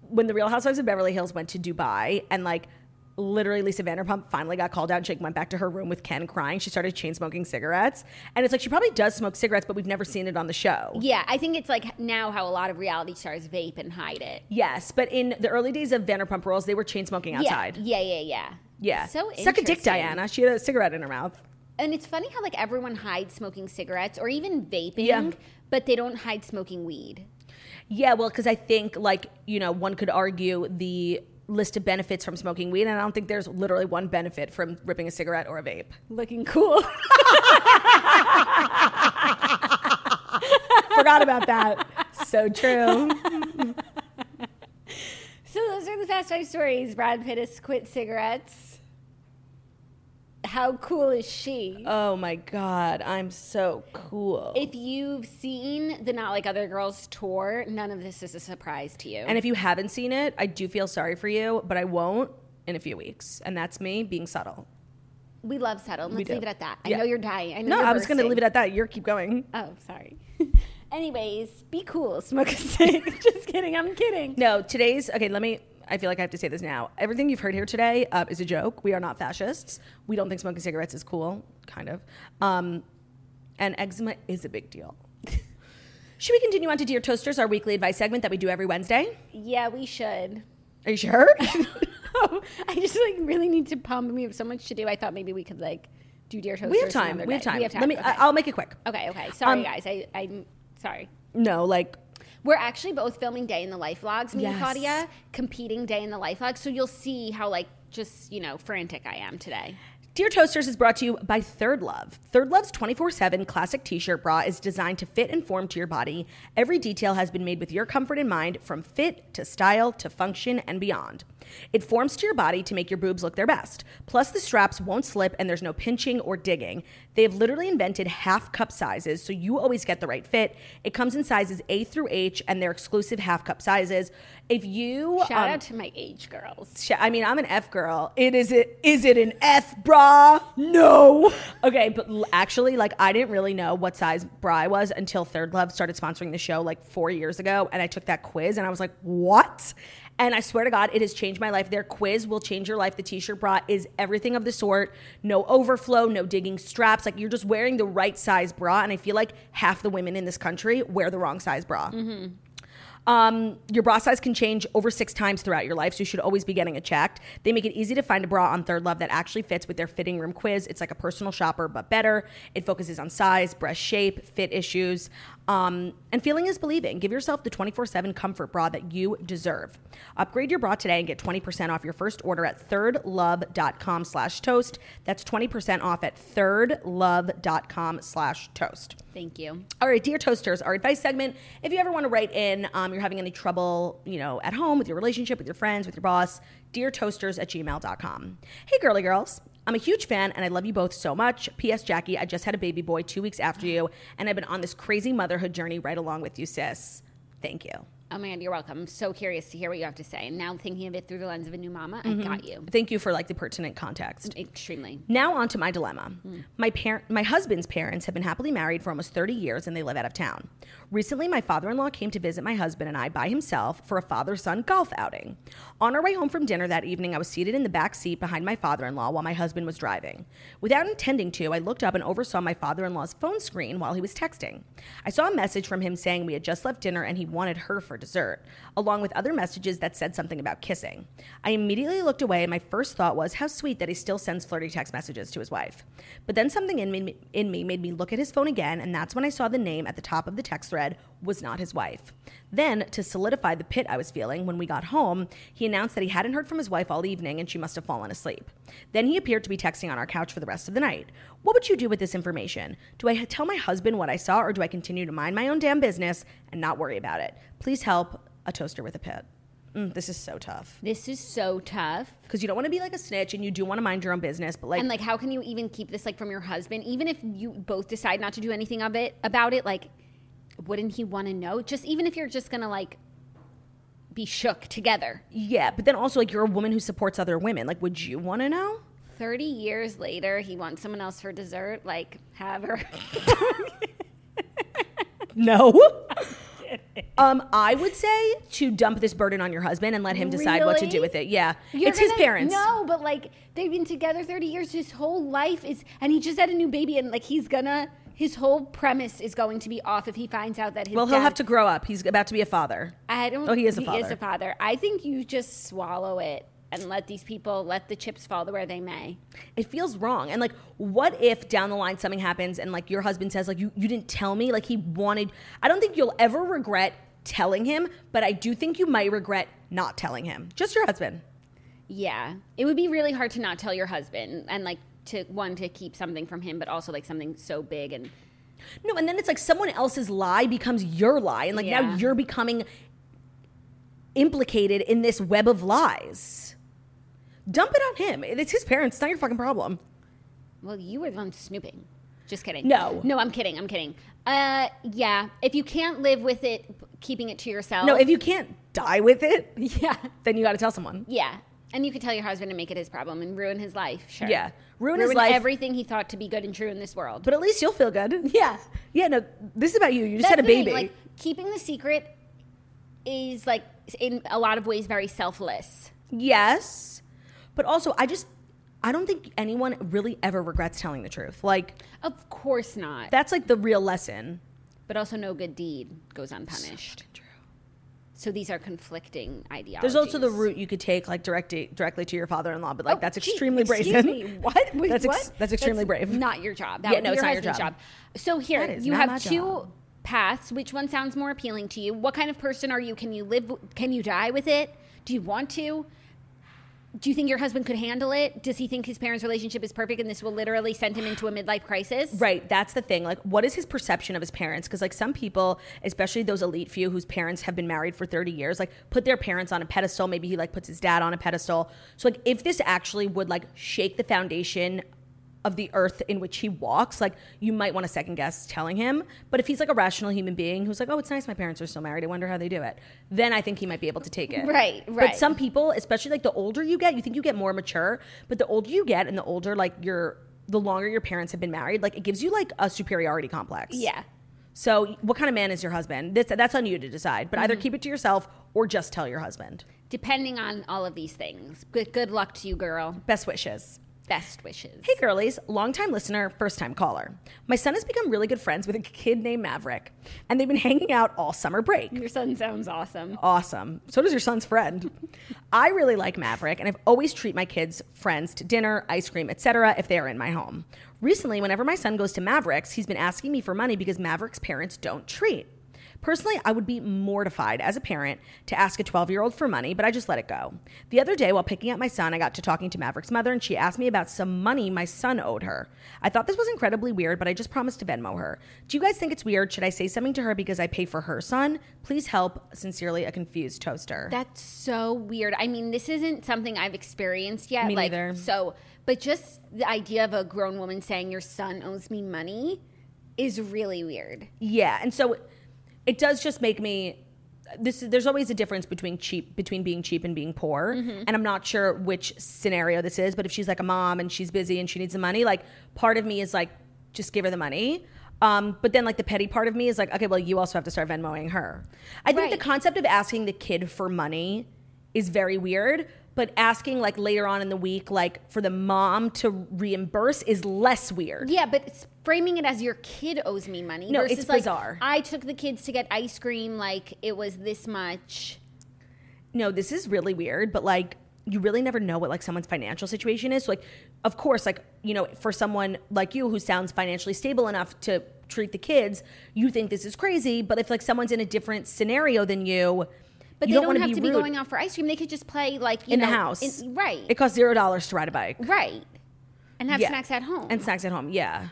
when the Real Housewives of Beverly Hills went to Dubai and like literally Lisa Vanderpump finally got called out and she like, went back to her room with Ken crying. She started chain smoking cigarettes. And it's like she probably does smoke cigarettes, but we've never seen it on the show. Yeah. I think it's like now how a lot of reality stars vape and hide it. Yes, but in the early days of Vanderpump Rules, they were chain smoking outside. Yeah. Yeah. Yeah. Yeah. Yeah. Suck So a dick, interesting. Diana. She had a cigarette in her mouth. And it's funny how like everyone hides smoking cigarettes or even vaping, Yeah. but they don't hide smoking weed. Yeah, well, because I think, like, you know, one could argue the list of benefits from smoking weed, and I don't think there's literally one benefit from ripping a cigarette or a vape. Looking cool. <laughs> Forgot about that. So true. so those are the fast five stories. Brad Pitt has quit cigarettes. How cool is she? Oh my God, I'm so cool. if you've seen the Not Like Other Girls tour, none of this is a surprise to you. and if you haven't seen it, I do feel sorry for you, but I won't in a few weeks. And that's me being subtle. we love Settle. Let's do. leave it at that. Yeah. I know you're dying. I know No, you're I was going to bursting. leave it at that. You're keep going. Oh, sorry. <laughs> Anyways, be cool. <laughs> Smoke a cig. <laughs> Just kidding. I'm kidding. No, today's okay. Let me. I feel like I have to say this now. Everything you've heard here today uh, is a joke. We are not fascists. We don't think smoking cigarettes is cool, kind of. Um, and eczema is a big <laughs> deal. Should we continue on to Dear Toasters, our weekly advice segment that we do every Wednesday? Yeah, we <laughs> should. <laughs> Are you sure? I just like really need to pump. We have so much to do. I thought maybe we could like do dear toasters. we have some time. other We have day. time. We have time. Let me. okay. I, I'll make it quick. okay. Okay. Sorry, Um, guys. I I'm sorry. No, like We're actually both filming day in the life vlogs. Me Yes. and Claudia competing day in the life vlogs. So you'll see how like just you know frantic I am today. Dear Toasters is brought to you by Third Love. Third Love's 24 7 classic t shirt bra is designed to fit and form to your body. Every detail has been made with your comfort in mind, from fit to style to function and beyond. It forms to your body to make your boobs look their best. Plus, the straps won't slip and there's no pinching or digging. They have literally invented half cup sizes, so you always get the right fit. It comes in sizes A through H and they're exclusive half cup sizes. If you. Shout um, out to my age girls. Sh- I mean, I'm an F girl. It is it is it an F bra? No. Okay, but l- actually, like I didn't really know what size bra I was until Third Love started sponsoring the show like four years ago, and I took that quiz and I was like, what? And I swear to God, it has changed my life. Their quiz will change your life. The t-shirt bra is everything of the sort. No overflow, no digging straps. Like you're just wearing the right size bra. And I feel like half the women in this country wear the wrong size bra. Um, your bra size can change over six times throughout your life, so you should always be getting it checked. They make it easy to find a bra on Third Love that actually fits with their fitting room quiz. It's like a personal shopper, but better. It focuses on size, breast shape, fit issues, um, and feeling is believing. Give yourself the 24 7 comfort bra that you deserve. Upgrade your bra today and get 20% off your first order at thirdlove.com slash toast. That's 20% off at thirdlove.com slash toast. Thank you. All right, dear toasters, our advice segment. If you ever want to write in, um, you're having any trouble, you know, at home with your relationship, with your friends, with your boss, dear toasters at gmail.com. Hey, girly girls. I'm a huge fan and I love you both so much. P.S. Jackie, I just had a baby boy two weeks after you, and I've been on this crazy motherhood journey right along with you, sis. Thank you. Oh my god, you're welcome. I'm so curious to hear what you have to say. And now thinking of it through the lens of a new mama, I got you. Thank you for like the pertinent context. Extremely. Now on to my dilemma. My parent, my husband's parents have been happily married for almost 30 years and they live out of town. Recently, my father-in-law came to visit my husband and I by himself for a father-son golf outing. On our way home from dinner that evening, I was seated in the back seat behind my father-in-law while my husband was driving. Without intending to, I looked up and oversaw my father-in-law's phone screen while he was texting. I saw a message from him saying we had just left dinner and he wanted her for dessert, along with other messages that said something about kissing. I immediately looked away and my first thought was how sweet that he still sends flirty text messages to his wife. But then something in me, in me made me look at his phone again, and that's when I saw the name at the top of the text thread was not his wife. Then, to solidify the pit I was feeling, when we got home, he announced that he hadn't heard from his wife all evening and she must have fallen asleep. Then he appeared to be texting on our couch for the rest of the night. What would you do with this information? Do I tell my husband what I saw or do I continue to mind my own damn business and not worry about it? Please help. a toaster with a pit. Mm, this is so tough This is so tough. because you don't want to be like a snitch and you do want to mind your own business, but like, And like, how can you even keep this like from your husband? Even if you both decide not to do anything of it about it, like, wouldn't he want to know? Just even if you're just gonna like be shook together. yeah, but then also like you're a woman who supports other women. Like, would you want to know? Thirty years later, he wants someone else for dessert. Like, have her. <laughs> No. um, I would say to dump this burden on your husband and let him decide what to do Really? with it. Yeah, <laughs> You're it's his gonna- parents. No, but like they've been together thirty years. His whole life is, and he just had a new baby, and like he's gonna. His whole premise is going to be off if he finds out that his Well, he'll dad- have to grow up. He's about to be a father. I don't. Oh, he is a He is father. a father. I think you just swallow it and let these people let the chips fall where they may. it feels wrong. And like, what if down the line something happens and like your husband says, like, you, you didn't tell me? Like, he wanted, I don't think you'll ever regret telling him, but I do think you might regret not telling him. Just your husband. Yeah, it would be really hard to not tell your husband and like to one to keep something from him, but also like something so big and No, and then it's like someone else's lie becomes your lie. And like now Yeah. you're becoming implicated in this web of lies. Dump it on him. It's his parents. It's not your fucking problem. well, you were the one snooping. Just kidding. No. no, I'm kidding. I'm kidding. Uh, yeah. If you can't live with it, keeping it to yourself. No, if you can't die with it, <laughs> yeah, then you got to tell someone. yeah. And you could tell your husband and make it his problem and ruin his life. Sure. Yeah. Ruin his life. Everything he thought to be good and true in this world. But at least you'll feel good. <laughs> Yeah. Yeah, no, this is about you. You just had a That's the thing, baby. Like keeping the secret is like in a lot of ways very selfless. yes. But also, I just, I don't think anyone really ever regrets telling the truth. Like, Of course not. that's like the real lesson. but also no good deed goes unpunished. So, these are conflicting ideologies. There's also the route you could take, like, directly, directly to your father in law, but like, Oh, Oh, that's gee, extremely brave. excuse me, <laughs> what? <laughs> Wait, that's, what? that's extremely brave. Not your job. That Yeah, would no, be it's your not your husband's job. job. So here That is you not my have two job. paths. Which one sounds more appealing to you? What kind of person are you? Can you live? w- Can you die with it? Do you want to? Do you think your husband could handle it? Does he think his parents' relationship is perfect and this will literally send him into a midlife crisis? Right, that's the thing. Like, what is his perception of his parents? Because, like, some people, especially those elite few whose parents have been married for 30 years, like, put their parents on a pedestal. Maybe he, like, puts his dad on a pedestal. So, like, if this actually would, like, shake the foundation of the earth in which he walks, like, you might want to second guess telling him. But if he's, like, a rational human being who's like, oh, it's nice my parents are still married, I wonder how they do it, then I think he might be able to take it. Right, But right. some people, especially like the older you get, you think you get more mature, but the older you get and the older like your the longer your parents have been married, like it gives you like a superiority complex. Yeah. So what kind of man is your husband? That's that's on you to decide. But either keep it to yourself or just tell your husband. Depending on all of these things. Good, good luck to you, girl. Best wishes. Best wishes. Hey girlies, longtime listener, first time caller. My son has become really good friends with a kid named Maverick, and they've been hanging out all summer break. Your son sounds awesome. awesome. So does your son's friend. <laughs> I really like Maverick, and I've always treat my kids' friends to dinner, ice cream, etc. if they are in my home. Recently, whenever my son goes to Maverick's, he's been asking me for money because Maverick's parents don't treat. Personally, I would be mortified as a parent to ask a 12 year old for money, but I just let it go. The other day, while picking up my son, I got to talking to Maverick's mother, and she asked me about some money my son owed her. I thought this was incredibly weird, but I just promised to Venmo her. Do you guys think it's weird? Should I say something to her because I pay for her son? Please help. Sincerely, a confused toaster. That's so weird. I mean, this isn't something I've experienced yet. Me like, neither. So, but just the idea of a grown woman saying your son owes me money is really weird. Yeah, and so it does just make me. This there's always a difference between cheap between being cheap and being poor, and I'm not sure which scenario this is. But if she's like a mom and she's busy and she needs the money, like part of me is like, just give her the money. Um, but then like the petty part of me is like, okay, well you also have to start Venmoing her. I think the Right. concept of asking the kid for money is very weird. But asking like later on in the week, like for the mom to reimburse is less weird. Yeah, but it's framing it as your kid owes me money. No, versus it's like, bizarre. I took the kids to get ice cream. Like it was this much. no, this is really weird, but like you really never know what like someone's financial situation is. So, like, of course, like, you know, for someone like you who sounds financially stable enough to treat the kids, you think this is crazy. But if like someone's in a different scenario than you, But you they don't, wanna have to be rude going out for ice cream. They could just play like you in know, the house. in- right? It costs zero dollars to ride a bike. right. And have Yeah. snacks at home. And snacks at home, yeah.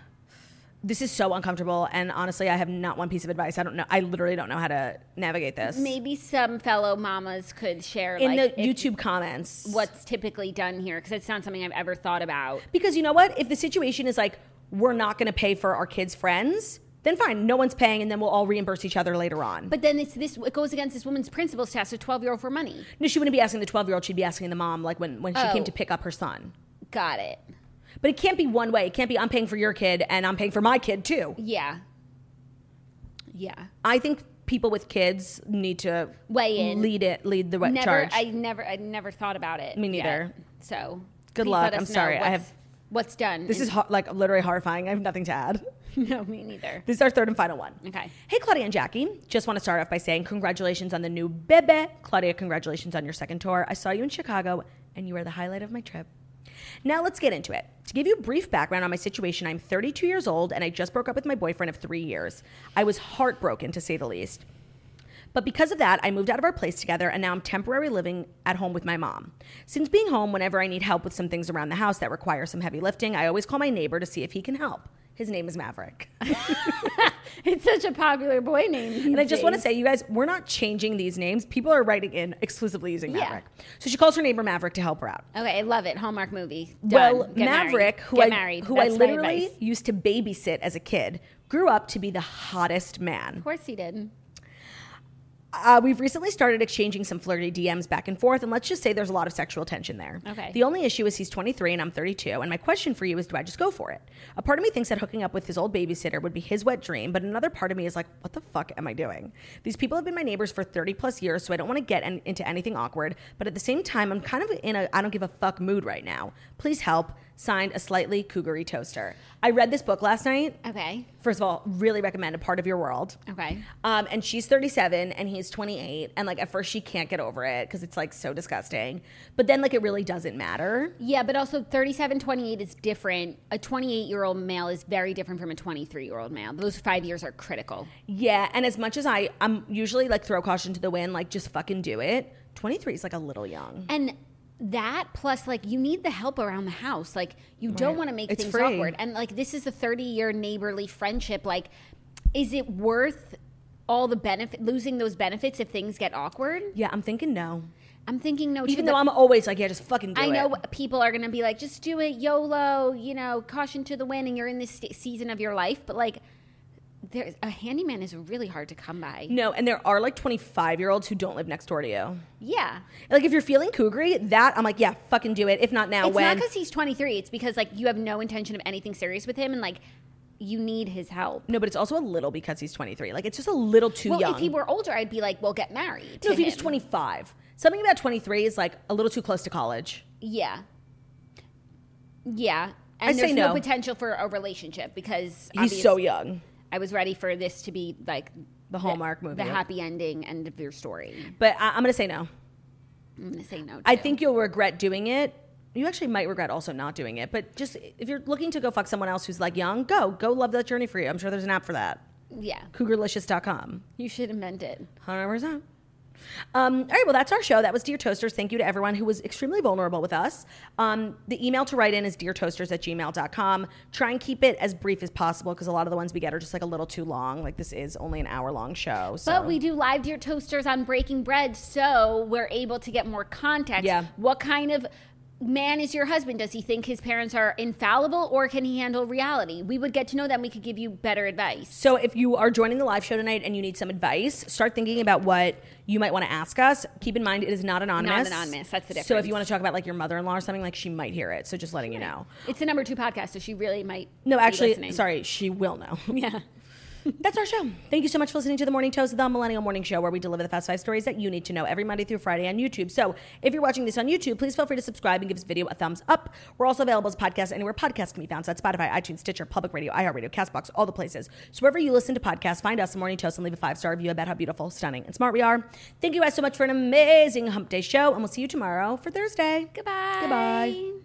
this is so uncomfortable. And honestly, I have not one piece of advice. I don't know. I literally don't know how to navigate this. Maybe some fellow mamas could share in like, the if- YouTube comments, what's typically done here because it's not something I've ever thought about. Because you know what? If the situation is like, we're not going to pay for our kids' friends, then fine, no one's paying, and then we'll all reimburse each other later on. But then it's this it goes against this woman's principles to ask a 12 year old for money. no, she wouldn't be asking the 12 year old, she'd be asking the mom, like when, when she Oh. came to pick up her son. Got it. But it can't be one way. It can't be I'm paying for your kid and I'm paying for my kid too. Yeah. Yeah. I think people with kids need to Weigh in. lead it, lead the right never charge. I never I never thought about it. Me yet. neither. So Good please luck. let us I'm know sorry. I what's- have- what's done. this and- is ho- like literally horrifying. I have nothing to add. <laughs> no me neither. This is our third and final one. <laughs> Okay. Hey, Claudia and Jackie. Just want to start off by saying congratulations on the new bebe. Claudia, congratulations on your second tour. I saw you in Chicago, and you were the highlight of my trip. Now let's get into it. To give you a brief background on my situation, I'm 32 years old, and I just broke up with my boyfriend of three years. I was heartbroken, to say the least. But because of that, I moved out of our place together and now I'm temporarily living at home with my mom. Since being home, whenever I need help with some things around the house that require some heavy lifting, I always call my neighbor to see if he can help. His name is Maverick. It's such a popular boy name. And I just want to say, you guys, we're not changing these names. People are writing in exclusively using Yeah. Maverick. So she calls her neighbor Maverick to help her out. Okay, I love it. Hallmark movie. Done. Well, Get married. Maverick, who Get I married. who I That's my literally advice. used to babysit as a kid, grew up to be the hottest man. Of course he did. Uh, we've recently started exchanging some flirty DMs back and forth, and let's just say there's a lot of sexual tension there. Okay. The only issue is he's 23 and I'm 32, and my question for you is, do I just go for it? A part of me thinks that hooking up with his old babysitter would be his wet dream, but another part of me is like, what the fuck am I doing? These people have been my neighbors for 30 plus years, so I don't want to get an- into anything awkward. But at the same time, I'm kind of in a I don't give a fuck mood right now. Please help. Signed, a slightly cougary toaster. I read this book last night. Okay. First of all, really recommend a part of your world. Okay. Um, and she's 37 and he's 28. And like at first she can't get over it because it's like so disgusting. But then like it really doesn't matter. Yeah, but also 37, 28 is different. A 28 year old male is very different from a 23 year old male. Those five years are critical. Yeah. And as much as I, I'm usually like throw caution to the wind, like just fucking do it. 23 is like a little young. And that plus, like, you need the help around the house. Like, you don't Right. want to make It's things free. awkward. And, like, this is a 30 year neighborly friendship. Like, is it worth all the benefit, losing those benefits if things get awkward? Yeah. I'm thinking no. I'm thinking no. Even too, though but- I'm always like, yeah, just fucking do I it. know people are going to be like, just do it, YOLO, you know, caution to the wind, and you're in this st- season of your life. But like, there's a handyman is really hard to come by. No. And there are like 25 year olds who don't live next door to you. Yeah, Like if you're feeling cougary, that I'm like, yeah, fucking do it. If not now, it's when? not because he's 23. It's because like you have no intention of anything serious with him, and like you need his help. no, but it's also a little because he's 23. Like it's just a little too Well, young. if he were older, I'd be like, well, get married. No, to if he was him. 25. Something about 23 is like a little too close to college. yeah, yeah. And I say there's no, no. potential for a relationship because He's so obvious- young. I was ready for this to be like The Hallmark movie. the happy ending end of your story. But I, I'm going to say no. I'm gonna say no. I too. think you'll regret doing it. You actually might regret also not doing it. But just if you're looking to go fuck someone else who's like young, go. Go love that journey for you. I'm sure there's an app for that. yeah, Cougarlicious.com. you should amend it. 100%. Um, all right, well, that's our show. That was Dear Toasters. Thank you to everyone who was extremely vulnerable with us. Um, the email to write in is deartoasters at gmail.com. Try and keep it as brief as possible because a lot of the ones we get are just like a little too long. Like, this is only an hour long show. So. But we do live dear toasters on Breaking Bread, so we're able to get more context. Yeah. What kind of man is your husband? Does he think his parents are infallible, or can he handle reality? We would get to know them. We could give you better advice. So if you are joining the live show tonight and you need some advice, start thinking about what you might want to ask us. Keep in mind it is not anonymous. Not anonymous, that's the So if difference. you want to talk about like your mother-in-law or something, like she might hear it. So just letting you know. It's the number two podcast, so she really might. No, be actually, listening. sorry, she will know. <laughs> Yeah. <laughs> That's our show. Thank you so much for listening to the Morning Toast, the Millennial Morning Show, where we deliver the fast five stories that you need to know every Monday through Friday on YouTube. So if you're watching this on YouTube, please feel free to subscribe and give this video a thumbs up. We're also available as a podcast anywhere podcasts can be found. So that's Spotify, iTunes, Stitcher, Public Radio, iHeartRadio, CastBox, all the places. So wherever you listen to podcasts, find us the Morning Toast and leave a five star review about how beautiful, stunning, and smart we are. Thank you guys so much for an amazing Hump Day show, and we'll see you tomorrow for Thursday. Goodbye. Goodbye.